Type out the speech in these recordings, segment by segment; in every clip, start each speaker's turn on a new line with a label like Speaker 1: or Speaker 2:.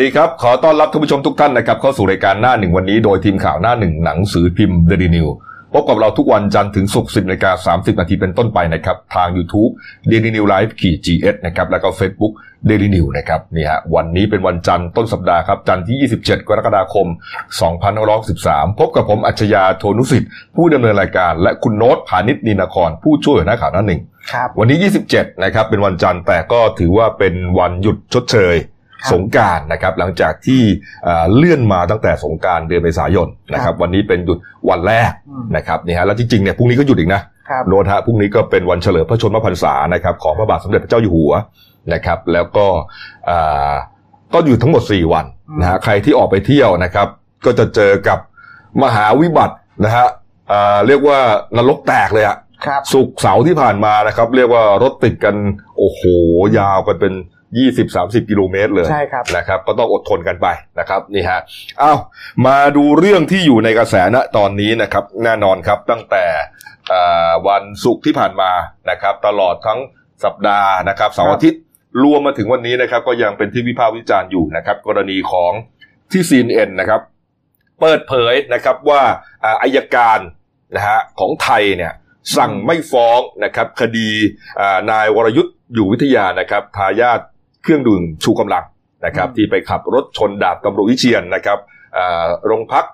Speaker 1: ดีครับ ขอต้อนรับท่านผู้ชมทุกท่านนะครับ เข้าสู่รายการหน้าหนึ่งวันนี้โดยทีมข่าวหน้าหนึ่งหนังสือพิมพ์เดลินิวพบกับเราทุกวันจันทร์ถึงศุกร์สิบนาฬิกาสามสิบนาทีเป็นต้นไปนะครับ ทาง YouTube d a i l y New Life ขีด GS นะครับ แล้วก็ Facebook d a i l y New นะครับนี่ฮะวันนี้เป็นวันจันทร์ต้นสัปดาห์ครับ จันทร์ที่ 27 กรกฎาคม 2513 พบกับผมอัจฉริยะโทนุสิทธิ์ผู้ดำเนินรายการ และคุณโน้ตพานิชนินคร ผู้ช่วยหัวหน้าข่าวหน้าหนึ่ง
Speaker 2: ครับ
Speaker 1: วันนี้ 27 นะครับ เป็นวันจันทร์ แต่ก็ถือว่าเป็นวันหยุดชดเชย
Speaker 2: ครับ
Speaker 1: สงกรารนะครับ หลังจากที่เอ่อเลื่อนมาตั้งแต่สงกรารเดือนเมษายนนะค
Speaker 2: ครั
Speaker 1: รับ
Speaker 2: บ
Speaker 1: วันนี้เป็นหยุดวันแรก
Speaker 2: อืม
Speaker 1: นะครับนี่ฮะ แล้วจริงๆ เนี่ย พรุ่งนี้ก็หยุดอีกนะ
Speaker 2: ครับ
Speaker 1: โนตฮะพรุ่งนี้ก็เป็นวันเฉลิมพระชนมพรรษานะครับ ของพระบาทสมเด็จพระเจ้าอยู่หัวนะครับ แล้วก็อ่าก็อยู่ทั้งหมด 4 วันนะฮะใครที่ออกไปเที่ยวนะครับ ก็จะเจอกับมหาวิบัตินะฮะอ่าเรียกว่านรกแตกเลยอะ
Speaker 2: ครับ
Speaker 1: สุกร์เสาร์ที่ผ่านมานะครับ เรียกว่ารถติดกัน โอ้โห ยาวกันเป็น 20-30 กิโลเมตรเลย
Speaker 2: ใช่ครับ
Speaker 1: นะครับ ก็ต้องอดทนกันไปนะครับนี่ฮะเอามาดูเรื่องที่อยู่ในกระแสณตอนนี้นะครับ แน่นอนครับตั้งแต่เอ่อวันศุกร์ที่ผ่านมานะครับ ตลอดทั้งสัปดาห์นะครับเสาร์อาทิตย์รวมมาถึงวันนี้นะครับ ก็ยังเป็นที่วิพากษ์วิจารณ์อยู่นะครับ กรณีของที่ CNN นะครับ เปิดเผยนะครับว่าอ่าอายการนะฮะของไทยเนี่ย สั่งไม่ฟ้องนะครับ คดีอ่านายวรยุทธ์อยู่วิทยานะครับทายาทเครื่องดื่มชูกำลังนะครับ
Speaker 2: อืม
Speaker 1: ที่ไปขับรถชนดาบตำรวจวิเชียนนะครับอ่าโรงพัก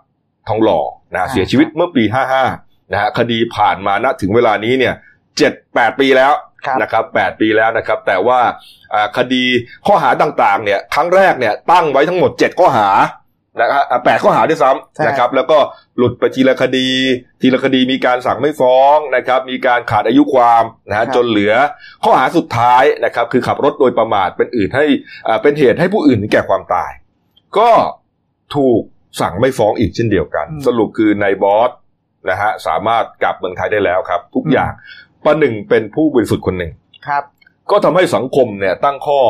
Speaker 1: ทองหล่อนะฮะ
Speaker 2: ใช่
Speaker 1: เสียชีวิตเมื่อปี 55นะฮะคดีผ่านมาณถึงเวลานี้เนี่ยเจ็ดแปดปีแล้ว
Speaker 2: ครับ
Speaker 1: นะครับ 8 ปีแล้วนะครับ แต่ว่าอ่าคดีข้อหาต่างๆ เนี่ย ครั้งแรกเนี่ย ตั้งไว้ทั้งหมด 7 ข้อหา นะครับอ่าแปดข้อหาด้วยซ้
Speaker 2: ใช่
Speaker 1: ำนะครับ แล้วก็หลุดไปทีละคดี ทีละคดีมีการสั่งไม่ฟ้องนะครับ มีการขาดอายุความนะฮะจนเหลือข้อหาสุดท้ายนะครับ คือขับรถโดยประมาทเป็นอื่นให้อ่าเป็นเหตุให้ผู้อื่นถึงแก่ความตาย ก็ถูกสั่งไม่ฟ้องอีกเช่นเดียวกัน
Speaker 2: อืม
Speaker 1: สรุปคือนายบอสนะฮะสามารถกลับเมืองไทยได้แล้วครับ ทุก
Speaker 2: อืม
Speaker 1: อย่างประหนึ่งเป็นผู้บริสุทธิ์คนหนึ่ง
Speaker 2: ครับ
Speaker 1: ก็ทำให้สังคมเนี่ยตั้งข้อ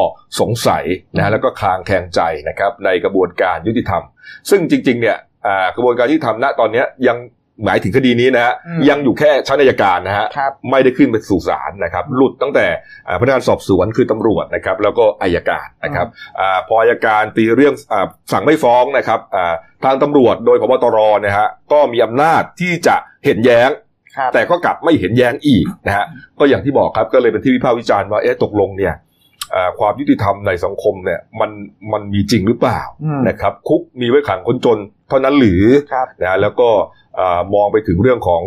Speaker 1: สงสัยนะแล้วก็คลางแคลงใจนะครับในกระบวนการยุติธรรม ซึ่งจริงๆเนี่ยอ่ากระบวนการยุติธรรมณตอนเนี้ยยังหมายถึงคดีนี้นะฮะ
Speaker 2: อืม
Speaker 1: ยังอยู่แค่ชั้นอัยการนะฮะ
Speaker 2: ครับ
Speaker 1: ไม่ได้ขึ้นไปสู่ศาลนะครับหลุดตั้งแต่อ่าพนักงานสอบสวนคือตำรวจนะครับแล้วก็อายการนะครับอาพออายการตีเรื่องอาสั่งไม่ฟ้องนะครับอ่าทางตำรวจโดยพบตรนะฮะก็มีอำนาจที่จะเห็นแย้ง
Speaker 2: ครับ
Speaker 1: แต่ก็กลับไม่เห็นแย้งอีกนะฮะก็อย่างที่บอกครับก็เลยเป็นที่วิพากษ์วิจารณ์ว่าเอ๊ะตกลงเนี่ยเอ่อความยุติธรรมในสังคมเนี่ยมันมันมีจริงหรือเปล่า
Speaker 2: อืม
Speaker 1: นะครับคุกมีไว้ขังคนจนเท่านั้นหรือ
Speaker 2: ครับ
Speaker 1: นะแล้วก็เอ่อมองไปถึงเรื่องของ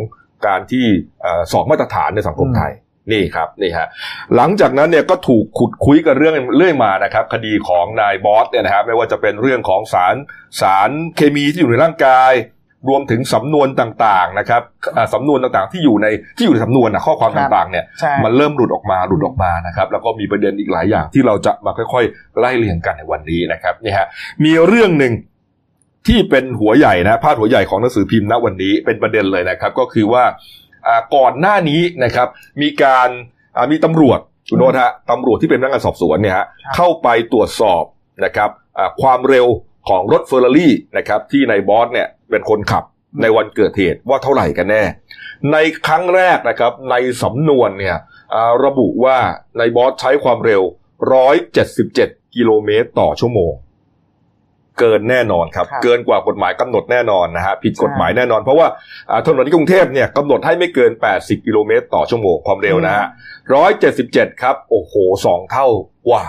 Speaker 1: การที่เอ่อสองมาตรฐานในสังคม
Speaker 2: อืม
Speaker 1: ไทยนี่ครับนี่ฮะหลังจากนั้นเนี่ยก็ถูกขุดคุยกันเรื่องเรื่อยมานะครับคดีของนายบอสเนี่ยนะครับไม่ว่าจะเป็นเรื่องของสารสารเคมีที่อยู่ในร่างกาย รวมถึงสำนวนต่างๆนะครับอ่าสำนวนต่างๆที่อยู่ในที่อยู่ในสำนวนนะข้อความ
Speaker 2: ครับ
Speaker 1: ต่างๆเนี่ย
Speaker 2: ใช่
Speaker 1: มันเริ่มหลุดออกมาหลุดออกมานะครับแล้วก็มีประเด็นอีกหลายอย่างที่เราจะมาค่อยๆไล่เรียงกันในวันนี้นะครับนี่ฮะมีเรื่องหนึ่งที่เป็นหัวใหญ่นะพาดหัวใหญ่ของหนังสือพิมพ์ณวันนี้เป็นประเด็นเลยนะครับ ก็คือว่าอ่าก่อนหน้านี้นะครับ มีการอ่ามีตำรวจคุณโนตฮะตำรวจที่เป็นพนักงานสอบสวนเนี่ยฮะ
Speaker 2: ครับ
Speaker 1: เข้าไปตรวจสอบนะครับอ่าความเร็วของรถเฟอร์รารี่นะครับที่นายบอสเนี่ยเป็นคนขับ ในวันเกิดเหตุว่าเท่าไหร่กันแน่ ในครั้งแรกนะครับ ในสำนวนเนี่ยอ่าระบุว่านายบอสใช้ความเร็ว 177 กิโลเมตรต่อชั่วโมง เกินแน่นอนครับ
Speaker 2: ครับ
Speaker 1: เกินกว่ากฎหมายกำหนดแน่นอนนะฮะผิดกฎหมายแน่นอน เพราะว่าอ่าถนนที่กรุงเทพเนี่ยกำหนดให้ไม่เกิน 80 กิโลเมตรต่อชั่วโมงความเร็วนะฮะ ร้อยเจ็ดสิบเจ็ดครับ โอ้โหสองเท่ากว่า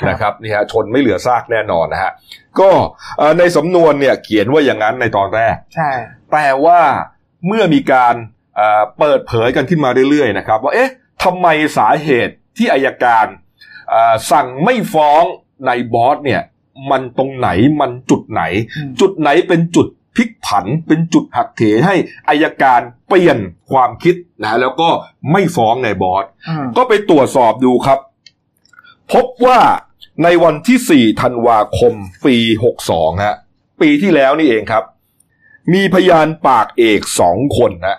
Speaker 2: ครับ
Speaker 1: นะครับนี่ฮะชนไม่เหลือซากแน่นอนนะฮะก็เอ่อในสำนวนเนี่ยเขียนว่าอย่างนั้นในตอนแรก
Speaker 2: ใช่
Speaker 1: แต่ว่าเมื่อมีการเอ่อเปิดเผยกันขึ้นมาเรื่อยๆนะครับ ว่าเอ๊ะทำไมสาเหตุที่อายการเอ่อสั่งไม่ฟ้องในายบอสเนี่ย มันตรงไหนมันจุดไหน
Speaker 2: อืม
Speaker 1: จุดไหนเป็นจุดพลิกผัน เป็นจุดหักเหให้อายการเปลี่ยนความคิดนะแล้วก็ไม่ฟ้องในายบอส
Speaker 2: อืม
Speaker 1: ก็ไปตรวจสอบดูครับ พบว่าในวันที่ 4 ธันวาคม ปี 62 ฮะ ปีที่แล้วนี่เองครับ มีพยานปากเอกสองคนฮะ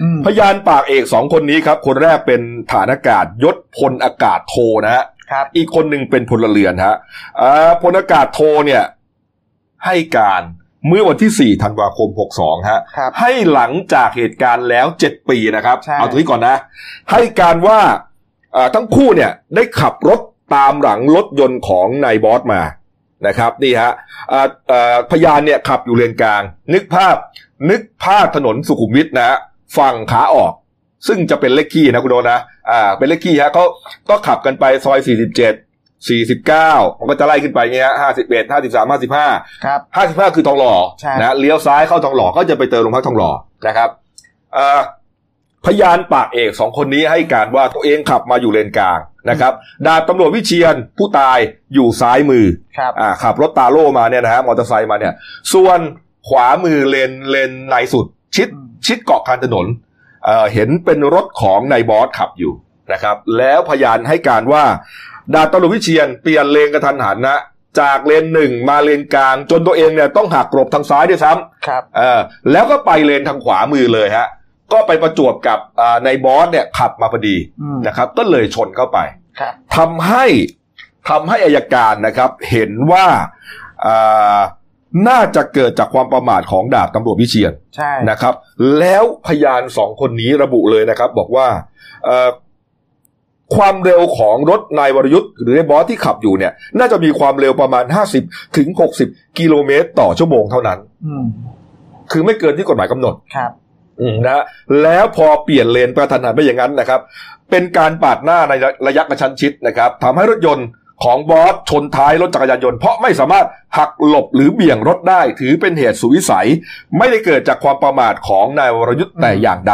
Speaker 2: อืม
Speaker 1: พยานปากเอกสองคนนี้ครับ คนแรกเป็นฐานอากาศยศพลอากาศโทนะฮะ
Speaker 2: ครับ
Speaker 1: อีกคนหนึ่งเป็นพลเรือนฮะอ่าพลอากาศโทเนี่ยให้การเมื่อวันที่ 4 ธันวาคม 62 ฮะ
Speaker 2: ครับ
Speaker 1: ให้หลังจากเหตุการณ์แล้ว 7 ปีนะครับ
Speaker 2: ใช่
Speaker 1: เอาตรงนี้ก่อนนะ ให้การว่าเอ่อทั้งคู่เนี่ยได้ขับรถตามหลังรถยนต์ของนายบอสมา นะครับนี่ฮะอ่าอ่าพยานเนี่ยขับอยู่เลนกลาง นึกภาพนึกภาพถนนสุขุมวิทนะฮะฝั่งขาออก ซึ่งจะเป็นเลขขี้นะคุณโดนะอ่าเป็นเลขขี้ฮะเขาก็ขับกันไปซอย 47 49 มันก็จะไล่ขึ้นไปเงี้ย51 53 55
Speaker 2: ครับ
Speaker 1: ห้าสิบห้าคือทองหล่อ
Speaker 2: ใช่
Speaker 1: นะเลี้ยวซ้ายเข้าทองหล่อก็จะไปเจอโรงพักทองหล่อนะครับเอ่อพยานปากเอกสองคนนี้ให้การว่าตัวเองขับมาอยู่เลนกลางนะครับดาบตำรวจวิเชียนผู้ตายอยู่ซ้ายมือ
Speaker 2: ครับ
Speaker 1: อ่าขับรถตาโล่มาเนี่ยนะฮะมอเตอร์ไซค์มาเนี่ย ส่วนขวามือเลนเลนในสุด ชิด
Speaker 2: อืม
Speaker 1: ชิดเกาะคานถนนเอ่อเห็นเป็นรถของนายบอสขับอยู่นะครับ แล้วพยานให้การว่า ดาบตำรวจวิเชียนเปลี่ยนเลนกระทันหันนะ จากเลนหนึ่งมาเลนกลาง จนตัวเองเนี่ยต้องหักหลบทางซ้ายด้วยซ้
Speaker 2: ครับ
Speaker 1: ำเออแล้วก็ไปเลนทางขวามือเลยฮะ ก็ไปประจวบกับอ่าในบอสเนี่ยขับมาพอดี
Speaker 2: อืม
Speaker 1: นะครับ ก็เลยชนเข้าไป
Speaker 2: ครับ
Speaker 1: ทำให้ทำให้อายการนะครับ เห็นว่าอ่าน่าจะเกิดจากความประมาทของดาบตำรวจวิเชียน
Speaker 2: ใช่
Speaker 1: นะครับแล้วพยานสองคนนี้ระบุเลยนะครับ บอกว่าเอ่อความเร็วของรถนายวรยุทธ์หรือในบอสที่ขับอยู่เนี่ย น่าจะมีความเร็วประมาณ 50ถึง60 กิโลเมตรต่อชั่วโมงเท่านั้น
Speaker 2: อืม
Speaker 1: คือไม่เกินที่กฎหมายกำหนด
Speaker 2: ครับ
Speaker 1: อืมนะแล้วพอเปลี่ยนเลนประทันหันไปอย่างนั้นนะครับ เป็นการปาดหน้าในระยะกระชั้นชิดนะครับทำให้รถยนต์ของบอสชนท้ายรถจักรยานยนต์เพราะไม่สามารถหักหลบหรือเบี่ยงรถได้ ถือเป็นเหตุสุดวิสัย ไม่ได้เกิดจากความประมาทของนายวรยุทธ์แต่อย่างใด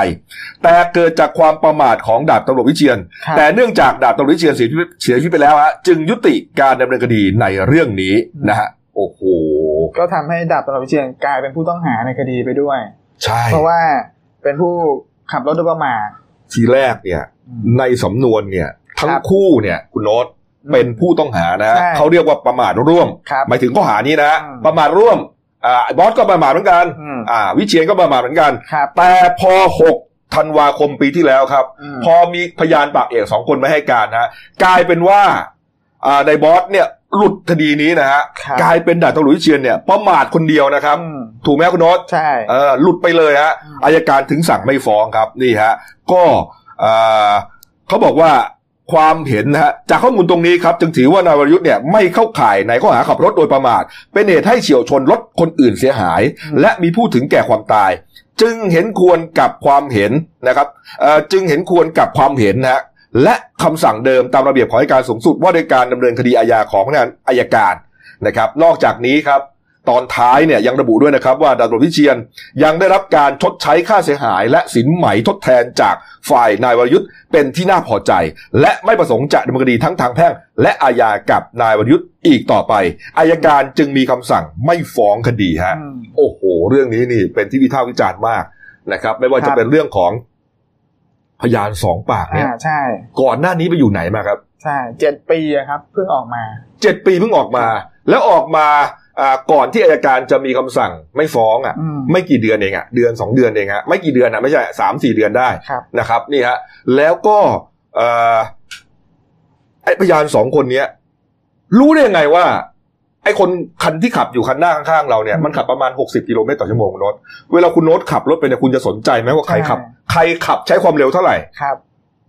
Speaker 1: แต่เกิดจากความประมาทของดาบตำรวจวิเชียน
Speaker 2: ครับ
Speaker 1: แต่เนื่องจากดาบตำรวจวิเชียนเสียชีวิตเสียชีวิตไปแล้วฮะจึงยุติการดำเนินคดีในเรื่องนี้นะฮะโอ้โห
Speaker 2: ก็ทำให้ดาบตำรวจวิเชียนกลายเป็นผู้ต้องหาในคดีไปด้วย
Speaker 1: ใช่
Speaker 2: เพราะว่าเป็นผู้ขับรถโดยประมาท
Speaker 1: ทีแรกเนี่ย ในสำนวนเนี่ย ทั้ง
Speaker 2: ครับ
Speaker 1: คู่เนี่ยคุณโน้ตเป็นผู้ต้องหานะฮะ
Speaker 2: ใช่
Speaker 1: เขาเรียกว่าประมาทร่วม
Speaker 2: ครับ
Speaker 1: หมายถึงข้อหานี้นะ
Speaker 2: อืม
Speaker 1: ประมาทร่วมอ่าบอสก็ประมาทเหมือนกัน
Speaker 2: อืม
Speaker 1: อ่า วิเชียนก็ประมาทเหมือนกัน
Speaker 2: ครับ
Speaker 1: แต่พอ6ธันวาคมปีที่แล้วครับ
Speaker 2: อืม
Speaker 1: พอมีพยานปากเอกสองคนมาให้การนะฮะกลายเป็นว่าอ่าในบอสเนี่ยหลุดคดีนี้นะฮะ
Speaker 2: ครับ
Speaker 1: กลายเป็นดาบตำรวจวิเชียนเนี่ยประมาทคนเดียวนะครับ
Speaker 2: อืม
Speaker 1: ถูกไหมคุณโน้ต
Speaker 2: ใช่
Speaker 1: เออหลุดไปเลยฮะ
Speaker 2: อืม
Speaker 1: อายการถึงสั่งไม่ฟ้องครับนี่ฮะก็เอ่อเขาบอกว่าความเห็นนะฮะจากข้อมูลตรงนี้ครับ จึงถือว่านายวรยุทธ์เนี่ยไม่เข้าข่ายในข้อหาขับรถโดยประมาท เป็นเหตุให้เฉี่ยวชนรถคนอื่นเสียหาย และมีผู้ถึงแก่ความตาย จึงเห็นควรกับความเห็นนะครับเอ่อจึงเห็นควรกับความเห็นนะฮะและคำสั่งเดิมตามระเบียบของอัยการสูงสุดว่าด้วยการดำเนินคดีอาญาของพนักงานอายการนะครับ นอกจากนี้ครับ ตอนท้ายเนี่ยยังระบุด้วยนะครับว่าดาบตำรวจวิเชียน ยังได้รับการชดใช้ค่าเสียหาย และสินไหมทดแทนจากฝ่ายนายวรยุทธ์เป็นที่น่าพอใจ และไม่ประสงค์จะดำเนินคดีทั้งทางแพ่ง และอาญากับนายวรยุทธ์อีกต่อไปอายการจึงมีคำสั่งไม่ฟ้องคดีฮะ
Speaker 2: อืม
Speaker 1: โอ้โห เรื่องนี้นี่เป็นที่วิพากษ์วิจารณ์มากนะครับ ไม่ว่า
Speaker 2: ครั
Speaker 1: จะ
Speaker 2: บ
Speaker 1: เป็นเรื่องของพยานสองปากเนี่ย
Speaker 2: อ่าใช่
Speaker 1: ก่อนหน้านี้ไปอยู่ไหนมาครับ
Speaker 2: ใช่เจ็ดปีอะครับ เพิ่งออกมา
Speaker 1: เจ็ดปีเพิ่งออกมา แล้วออกมาอ่าก่อนที่อายการจะมีคำสั่งไม่ฟ้องอ่ะ
Speaker 2: อืม
Speaker 1: ไม่กี่เดือนเองอ่ะเดือนสองเดือนเองฮะไม่กี่เดือนอ่ะไม่ใช่สามสี่เดือนได้
Speaker 2: ครับ
Speaker 1: นะครับ นี่ฮะแล้วก็เอ่อไอพยานสองคนเนี้ย รู้ได้ยังไงว่า ไอคนคันที่ขับอยู่คันหน้าข้างๆเราเนี่ย
Speaker 2: อืม
Speaker 1: มันขับประมาณหกสิบกิโลเมตรต่อชั่วโมงคุณโน้ตเวลาคุณโน้ตขับรถไปเนี่ยคุณจะสนใจไหมว่าใครขับ
Speaker 2: ใช่
Speaker 1: ใครขับใช้ความเร็วเท่าไหร่
Speaker 2: ครับ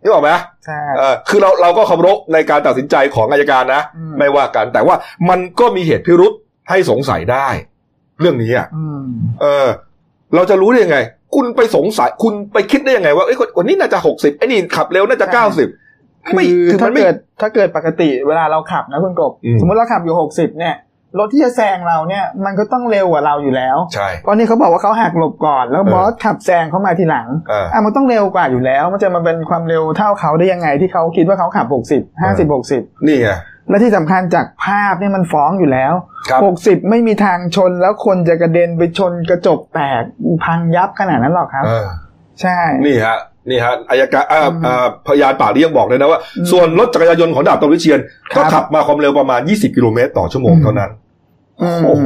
Speaker 1: นึกออกไหม
Speaker 2: ใช่
Speaker 1: เออคือเราเราก็เคารพในการตัดสินใจของอายการนะ
Speaker 2: อืม
Speaker 1: ไม่ว่ากันแต่ว่ามันก็มีเหตุพิรุษให้สงสัยได้ เรื่องนี้อ่ะ
Speaker 2: อืม
Speaker 1: เออเราจะรู้ได้ยังไง คุณไปสงสัยคุณไปคิดได้ยังไง ว่าเอ้ยคนคนนี้น่าจะหกสิบไอ้นี่ขับเร็วน่าจะ
Speaker 2: ใช่
Speaker 1: เก้าสิบไม่
Speaker 2: คือ
Speaker 1: คือมั
Speaker 2: ถ้าน
Speaker 1: ไม่
Speaker 2: เกิดถ้าเกิดปกติเวลาเราขับนะคุณกบ
Speaker 1: อืม
Speaker 2: สมมติเราขับอยู่หกสิบเนี่ยรถที่จะแซงเราเนี่ย มันก็ต้องเร็วกว่าเราอยู่แล้ว
Speaker 1: ใช่
Speaker 2: เพราะนี่เขาบอกว่าเขาหักหลบก่อน แล้ว
Speaker 1: เออ
Speaker 2: บอสขับแซงเขามาทีหลัง
Speaker 1: เออ
Speaker 2: อ่ะมันต้องเร็วกว่าอยู่แล้ว มันจะมาเป็นความเร็วเท่าเขาได้ยังไงที่เขาคิดว่าเขาขับ 60
Speaker 1: อ
Speaker 2: 50 60
Speaker 1: นี่ไง
Speaker 2: และที่สำคัญจากภาพเนี่ยมันฟ้องอยู่แล้ว
Speaker 1: ครับ
Speaker 2: 60 ไม่มีทางชนแล้วคนจะกระเด็นไปชนกระจกแตกพังยับขนาดนั้นหรอกครับ
Speaker 1: เออ
Speaker 2: ใช่
Speaker 1: นี่ฮะนี่ฮะอายการเอ่อเอ่อพยานป่ากนี้ยังบอกเลยนะว่า
Speaker 2: อืม
Speaker 1: ส่วนรถจักรยานยนต์ของดาบตำรวจวิเชียน ก็
Speaker 2: ครับ
Speaker 1: ขับมาความเร็วประมาณ 20 กิโลเมตรต่อชั่วโมง
Speaker 2: อืม
Speaker 1: เท่านั้น
Speaker 2: ม
Speaker 1: โอ้โห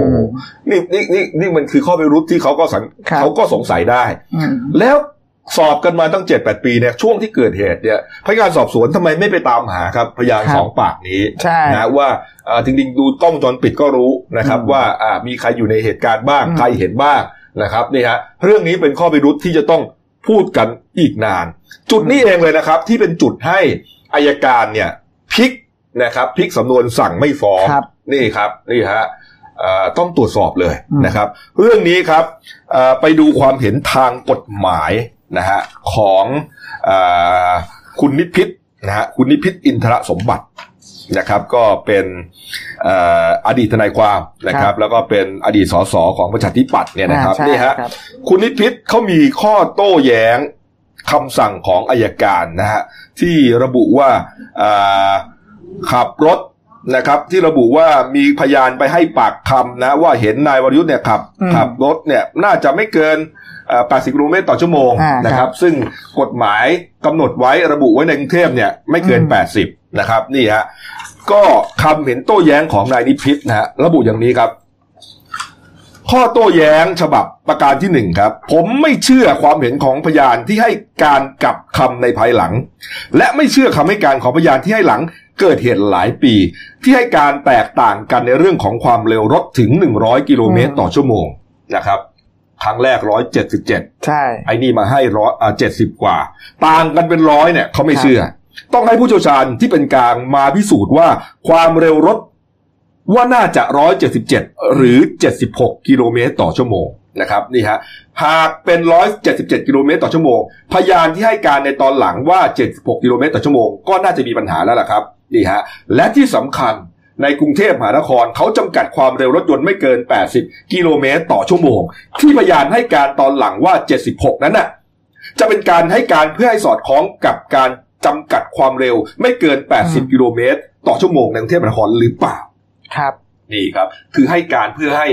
Speaker 1: นี่นี่นี่นี่มันคือข้อพิรุษที่เขาก็สัง
Speaker 2: ครับ
Speaker 1: เขาก็สงสัยได้
Speaker 2: อืม
Speaker 1: แล้วสอบกันมาตั้งเจ็ดแปดปีเนี่ยช่วงที่เกิดเหตุเนี่ยพนักงานสอบสวนทำไมไม่ไปตามหาครับ พยานสองปากนี้
Speaker 2: ใช่
Speaker 1: นะว่าเอ่อจริงๆดูกล้องวงจรปิดก็รู้นะครับ
Speaker 2: อืม
Speaker 1: ว่าอ่ามีใครอยู่ในเหตุการณ์บ้าง
Speaker 2: อืม
Speaker 1: ใครเห็นบ้างนะครับนี่ฮะเรื่องนี้เป็นข้อพิรุษที่จะต้องพูดกันอีกนาน จุดนี้เองเลยนะครับ ที่เป็นจุดให้อายการเนี่ยพลิกนะครับพลิกสำนวนสั่งไม่ฟ้อง
Speaker 2: ครับ
Speaker 1: นี่ครับนี่ฮะเอ่อต้องตรวจสอบเลย
Speaker 2: อืม
Speaker 1: นะครับ เรื่องนี้ครับเอ่อไปดูความเห็นทางกฎหมายนะฮะของเออคุณนิพิษนะฮะคุณนิพิษอินทรสมบัตินะครับ ก็เป็นเอ่ออดีตทนายความนะครับ แล้วก็เป็นอดีตสสของประชาธิปัตย์เนี่ยนะครับ
Speaker 2: อ่าใช่
Speaker 1: นี่ฮะ
Speaker 2: ครับ
Speaker 1: คุณนิพิษเขามีข้อโต้แย้งคำสั่งของอายการนะฮะที่ระบุว่าอ่าขับรถนะครับ ที่ระบุว่ามีพยานไปให้ปากคำนะว่าเห็นนายวรยุทธ์เนี่ยขับขับรถเนี่ยน่าจะไม่เกินเอ่อ80กิโลเมตรต่อชั่วโมง
Speaker 2: อ่าครับ
Speaker 1: นะครับ ซึ่งกฎหมายกำหนดไว้ระบุไว้ในกรุงเทพเนี่ยไม่เกิน
Speaker 2: อืม
Speaker 1: 80 นะครับนี่ฮะก็คำเห็นโต้แย้งของนายนิพิษนะฮะระบุอย่างนี้ครับ ข้อโต้แย้งฉบับประการที่หนึ่งครับ ผมไม่เชื่อความเห็นของพยานที่ให้การกลับคำในภายหลัง และไม่เชื่อคำให้การของพยานที่ให้หลังเกิดเหตุหลายปี ที่ให้การแตกต่างกันในเรื่องของความเร็วรถถึง 100 กิโลเมตรต่อชั่วโมงนะครับ ครั้งแรก 177
Speaker 2: ใช่
Speaker 1: ไอ้นี่มาให้ร้อยเจ็ดสิบกว่า ต่างกันเป็นร้อยเนี่ยเขาไม่เชื่อ ต้องให้ผู้เชี่ยวชาญที่เป็นกลางมาพิสูจน์ว่าความเร็วรถว่าน่าจะ 177 หรือ 76 กิโลเมตรต่อชั่วโมงนะครับนี่ฮะหากเป็น 177 กิโลเมตรต่อชั่วโมง พยานที่ให้การในตอนหลังว่า 76 กิโลเมตรต่อชั่วโมงก็น่าจะมีปัญหาแล้วล่ะครับนี่ฮะและที่สำคัญในกรุงเทพมหานครเขาจำกัดความเร็วรถยนต์ไม่เกิน 80 กิโลเมตรต่อชั่วโมง ที่พยานให้การตอนหลังว่า 76 นั้นน่ะ จะเป็นการให้การเพื่อให้สอดคล้องกับการจำกัดความเร็วไม่เกิน
Speaker 2: อืม
Speaker 1: 80 กิโลเมตร ต่อชั่วโมงในกรุงเทพมหานครหรือเปล่า
Speaker 2: ครับ
Speaker 1: นี่ครับ คือให้การเพื่อให้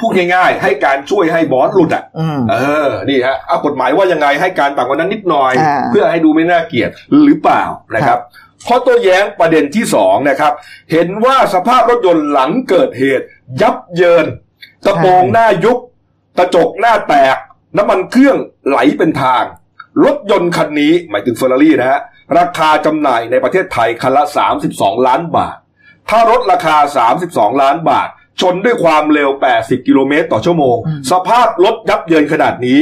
Speaker 1: พูดง่ายๆ ให้การช่วยให้บอสหลุดอ่ะ
Speaker 2: อืม
Speaker 1: เออ นี่ฮะเอากฎหมายว่ายังไงให้การต่างกว่านั้นนิดหน่อย
Speaker 2: อ่า
Speaker 1: เพื่อให้ดูไม่น่าเกลียดหรือเปล่านะครับข้อโต้แย้งประเด็นที่สองนะครับ เห็นว่าสภาพรถยนต์หลังเกิดเหตุ ยับเยินกระโปรงหน้ายุบกระจกหน้าแตก น้ำมันเครื่องไหลเป็นทาง รถยนต์คันนี้หมายถึงเฟอร์รารี่นะฮะราคาจำหน่ายในประเทศไทยคันละ 32 ล้านบาท ถ้ารถราคา 32 ล้านบาท ชนด้วยความเร็ว 80 กิโลเมตรต่อชั่วโมง
Speaker 2: อืม
Speaker 1: สภาพรถยับเยินขนาดนี้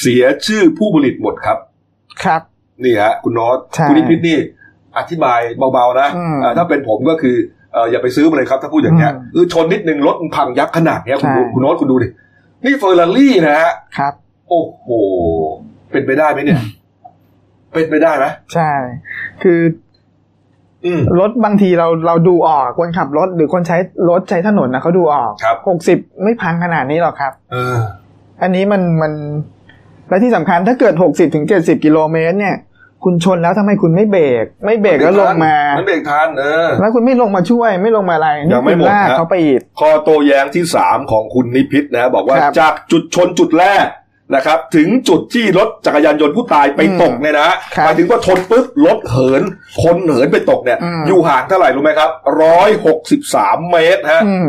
Speaker 1: เสียชื่อผู้ผลิตหมดครับ
Speaker 2: ครับ
Speaker 1: นี่ฮะคุณโนอต
Speaker 2: ใช่
Speaker 1: คุณนิพิษนี่อธิบายเบาๆนะ
Speaker 2: อืม
Speaker 1: เอ่อถ้าเป็นผมก็คือเอ่ออย่าไปซื้อมาเลยครับ ถ้าพูดอย่างเงี้ย
Speaker 2: อืม
Speaker 1: เออชนนิดนึงรถมันพังยับขนาดเนี้ยคุณดู
Speaker 2: ใช่
Speaker 1: คุณโนอตคุณดูดิ นี่เฟอร์รารี่นะฮะ
Speaker 2: ครับ
Speaker 1: โอ้โห เป็นไปได้ไหมเนี่ย เป็นไปได้ไหม
Speaker 2: ใช่ คือ
Speaker 1: อืม
Speaker 2: รถบางทีเราเราดูออกคนขับรถหรือคนใช้รถใช้ถนนนะเขาดูออก
Speaker 1: ครับ
Speaker 2: หกสิบไม่พังขนาดนี้หรอกครับ
Speaker 1: เออ
Speaker 2: อันนี้มันมันและที่สำคัญถ้าเกิดหกสิบถึงเจ็ดสิบกิโลเมตรเนี่ย คุณชนแล้วทำไมคุณไม่เบรกไม่เบรกแล้วลงมา
Speaker 1: นเบรกทันเออ
Speaker 2: แล้วคุณไม่ลงมาช่วยไม่ลงมาอะไรนี่
Speaker 1: ยังไม่ห
Speaker 2: คุณ
Speaker 1: มด
Speaker 2: ลาก
Speaker 1: ครับ
Speaker 2: เขาไปอีก
Speaker 1: ข้อโต้แย้งที่ 3 ของคุณนิพิษนะฮะบอกว่า
Speaker 2: ครับ
Speaker 1: จากจุดชนจุดแรกนะครับ ถึงจุดที่รถจักรยานยนต์ผู้ตายไป
Speaker 2: อืม
Speaker 1: ตกเนี่ยนะฮะ
Speaker 2: ครับ
Speaker 1: หมายถึงว่าชนปุ๊บรถเหินคนเหินไปตกเนี่ย
Speaker 2: อืม
Speaker 1: อยู่ห่างเท่าไหร่รู้ไหมครับร้อยหกสิบสามเมตรฮะ
Speaker 2: อืม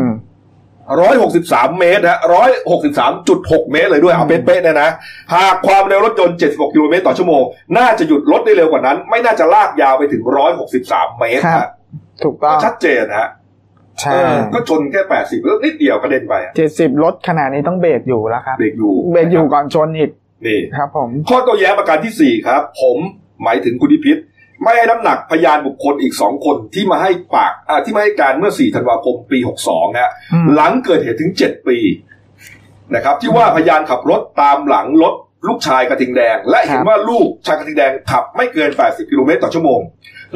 Speaker 1: ร้อยหกสิบสามเมตรฮะร้อยหกสิบสามจุดหกเมตรเลยด้วยเอา
Speaker 2: อืม
Speaker 1: เป๊ะๆเนี่ยนะหากความเร็วรถยนต์เจ็ดสิบหกกิโลเมตรต่อชั่วโมง น่าจะหยุดรถได้เร็วกว่านั้น ไม่น่าจะลากยาวไปถึงร้อยหกสิบสามเมตร
Speaker 2: ครับ
Speaker 1: ฮะ
Speaker 2: ถูกต้อง
Speaker 1: ชัดเจนฮะ
Speaker 2: ใช่
Speaker 1: เออก็ชนแค่แปดสิบนิดเดียวกระเด็นไปอะ
Speaker 2: เจ็ดสิบรถขนาดนี้ต้องเบรกอยู่แล้วครับ
Speaker 1: เบรกอยู่
Speaker 2: เบรกอยู่ก่อนชนอีก
Speaker 1: นี่
Speaker 2: ครับ ผม
Speaker 1: ข้อโต้แย้งประการที่สี่ครับ ผมหมายถึงคุณนิพิษไม่ให้น้ำหนักพยานบุคคลอีกสองคนที่มาให้ปากอ่าที่มาให้การเมื่อ 4 ธันวาคมปี 62ฮะ
Speaker 2: อืม
Speaker 1: หลังเกิดเหตุถึง 7 ปีนะครับ ที่ว่าพยานขับรถตามหลังรถลูกชายกระทิงแดง และเห็นว่าลูกชายกระทิงแดงขับไม่เกิน 80 กิโลเมตรต่อชั่วโมง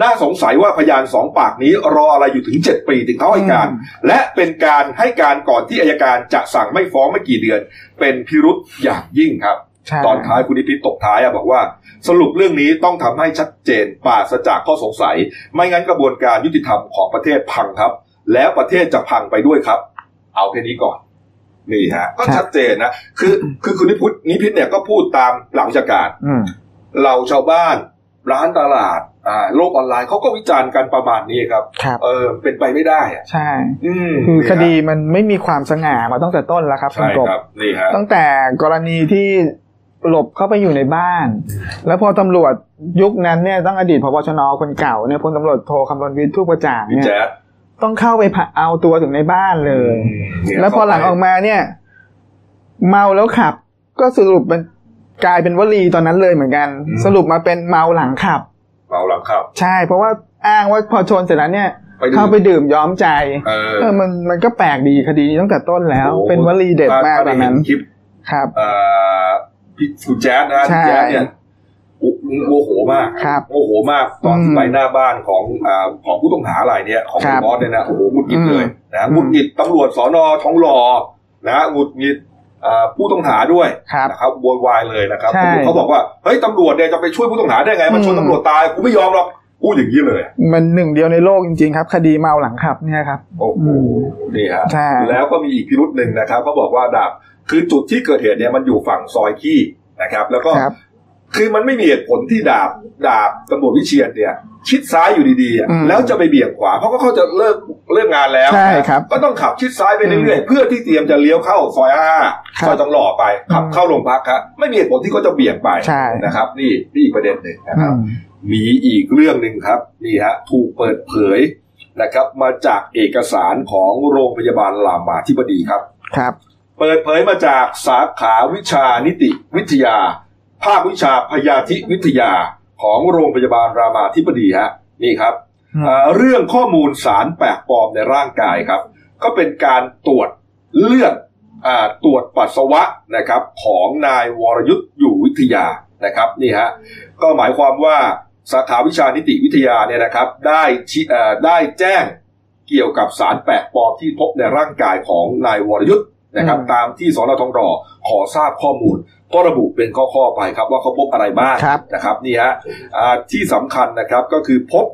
Speaker 1: น่าสงสัยว่าพยานสองปากนี้รออะไรอยู่ถึง 7 ปีถึงเขาให้การ
Speaker 2: อืม
Speaker 1: และเป็นการให้การก่อนที่อายการจะสั่งไม่ฟ้องไม่กี่เดือน เป็นพิรุษอย่างยิ่งครับ
Speaker 2: ใช่
Speaker 1: ตอนท้ายคุณนิพิษตกท้ายอะบอกว่า สรุปเรื่องนี้ต้องทำให้ชัดเจนปราศจากข้อสงสัย ไม่งั้นกระบวนการยุติธรรมของประเทศพังครับ แล้วประเทศจะพังไปด้วยครับ เอาแค่นี้ก่อน นี่ฮะ ก็
Speaker 2: ครับ
Speaker 1: ชัดเจนนะคือคือคุณนิพุทนิพิษเนี่ยก็พูดตามหลักวิชาการ
Speaker 2: อืม
Speaker 1: เราชาวบ้าน ร้านตลาดอ่าโลกออนไลน์เขาก็วิจารณ์กันประมาณนี้ครับ
Speaker 2: ครับ
Speaker 1: เออเป็นไปไม่ได้อะ
Speaker 2: ใช่
Speaker 1: อืม
Speaker 2: คือ
Speaker 1: นี่ฮะ
Speaker 2: คดีมันไม่มีความสง่ามาตั้งแต่ต้นแล้วครับคุ
Speaker 1: ใช่
Speaker 2: ณกบ
Speaker 1: ครับนี่ฮะ
Speaker 2: ตั้งแต่กรณีที่หลบเข้าไปอยู่ในบ้าน แล้วพอตำรวจยุคนั้นเนี่ยต้องอดีตพบชนคนเก่าเนี่ยพลตำรวจโทคำรณวิทย์ทูปประจาง
Speaker 1: พี่
Speaker 2: เนี่ย
Speaker 1: แจ๊ด
Speaker 2: ต้องเข้าไปพะเอาตัวถึงในบ้านเลย
Speaker 1: เนี่ย
Speaker 2: แล้วพอหลังออกมาเนี่ย เมาแล้วขับ ก็สรุปเป็นกลายเป็นวลีตอนนั้นเลยเหมือนกัน สรุปมาเป็นเมาหลังขับ
Speaker 1: เมาหลังครับ
Speaker 2: ใช่ เพราะว่าอ้างว่าพอชนเสร็จแล้วเนี่ย
Speaker 1: ไปดู
Speaker 2: เข้าไปดื่มย้อมใจ
Speaker 1: เออ
Speaker 2: เออมันมันก็แปลกดีคดีนี้ตั้งแต่ต้นแล้ว
Speaker 1: โอ้โห
Speaker 2: เป็นวลีเด็ดมาก
Speaker 1: ถ้
Speaker 2: ต
Speaker 1: ได้
Speaker 2: อน
Speaker 1: เห็
Speaker 2: นั้น
Speaker 1: คลิป
Speaker 2: ครับ
Speaker 1: เอ่อพี่คุณแจ๊ดนะ
Speaker 2: ใช่
Speaker 1: คุณแจ๊ดเนี่ยอุ๊ยโมโหมาก
Speaker 2: ครับ
Speaker 1: โมโหมากตอนที่
Speaker 2: อืม
Speaker 1: ไปหน้าบ้านของอ่าของผู้ต้องหารายเนี่ยของ
Speaker 2: ค
Speaker 1: คุ
Speaker 2: รั
Speaker 1: ณ
Speaker 2: บบ
Speaker 1: อสเนี่ยนะโอ้โหหงุดหงิด
Speaker 2: อืม
Speaker 1: เลยนะ
Speaker 2: อืม
Speaker 1: หงุดหงิดตำรวจสอนอท้องหล่อนะหงุดหงิดอ่าผู้ต้องหาด้วย
Speaker 2: ครับ
Speaker 1: นะครับโวยวายเลยนะครับ
Speaker 2: ใช่
Speaker 1: เขาบอกว่าเฮ้ยตำรวจเนี่ยจะไปช่วยผู้ต้องหาได้ไงมันชน
Speaker 2: อืม
Speaker 1: ตำรวจตายกูไม่ยอมหรอกพูดอย่างนี้เลย
Speaker 2: มันหนึ่งเดียวในโลกจริงๆ ครับ คดีเมาหลังขับเนี่ยครับ
Speaker 1: โอ้โห
Speaker 2: อืม
Speaker 1: นี่ฮะ
Speaker 2: ใช่
Speaker 1: แล้วก็มีอีกพิรุษหนึ่งนะครับเขาบอกว่าดาบคือจุดที่เกิดเหตุเนี่ยมันอยู่ฝั่งซอยขี้นะครับ แล้วก็
Speaker 2: ครับ
Speaker 1: คือมันไม่มีเหตุผลที่ดาบดาบตำรวจวิเชียนเนี่ย ชิดซ้ายอยู่ดีๆอ่ะ
Speaker 2: อืม
Speaker 1: แล้วจะไปเบี่ยงขวาเพราะก็เขาจะเลิกเลิกงานแล้ว
Speaker 2: ใช่ครับ
Speaker 1: ก็ต้องขับชิดซ้ายไปเรื่อยๆเพื่อที่เตรียมจะเลี้ยวเข้าซอยห้า
Speaker 2: ครั
Speaker 1: ซ
Speaker 2: บ
Speaker 1: อยจองหล่อไปขับ
Speaker 2: อืม
Speaker 1: เข้าโรงพักครับไม่มีเหตุผลที่เขาจะเบี่ยงไป
Speaker 2: ใช่
Speaker 1: นะครับ นี่นี่อีกประเด็นหนึ่งนะค
Speaker 2: อื
Speaker 1: รับ
Speaker 2: ม
Speaker 1: มีอีกเรื่องหนึ่งครับนี่ฮะถูกเปิดเผยนะครับ มาจากเอกสารของโรงพยาบาลรามาธิบดีครับ
Speaker 2: ครับ
Speaker 1: เปิดเผยมาจากสาขาวิชานิติวิทยา ภาควิชาพยาธิวิทยาของโรงพยาบาลรามาธิบดีฮะนี่ครับ
Speaker 2: อืม
Speaker 1: เอ่อเรื่องข้อมูลสารแปลกปลอมในร่างกายครับ ก็เป็นการตรวจเลือดอ่าตรวจปัสสาวะนะครับของนายวรยุทธ์อยู่วิทยานะครับนี่ฮะก็หมายความว่าสาขาวิชานิติวิทยาเนี่ยนะครับ ได้ชี้เอ่อได้แจ้งเกี่ยวกับสารแปลกปลอมที่พบในร่างกายของนายวรยุทธ์นะครับ
Speaker 2: อืม
Speaker 1: ตามที่สนทองรอขอทราบข้อมูล ก็ระบุเป็นข้อๆไปครับว่าเขาพบอะไรบ้าง
Speaker 2: ครับ
Speaker 1: นะครับนี่ฮะอ่าที่สำคัญนะครับก็คือพบ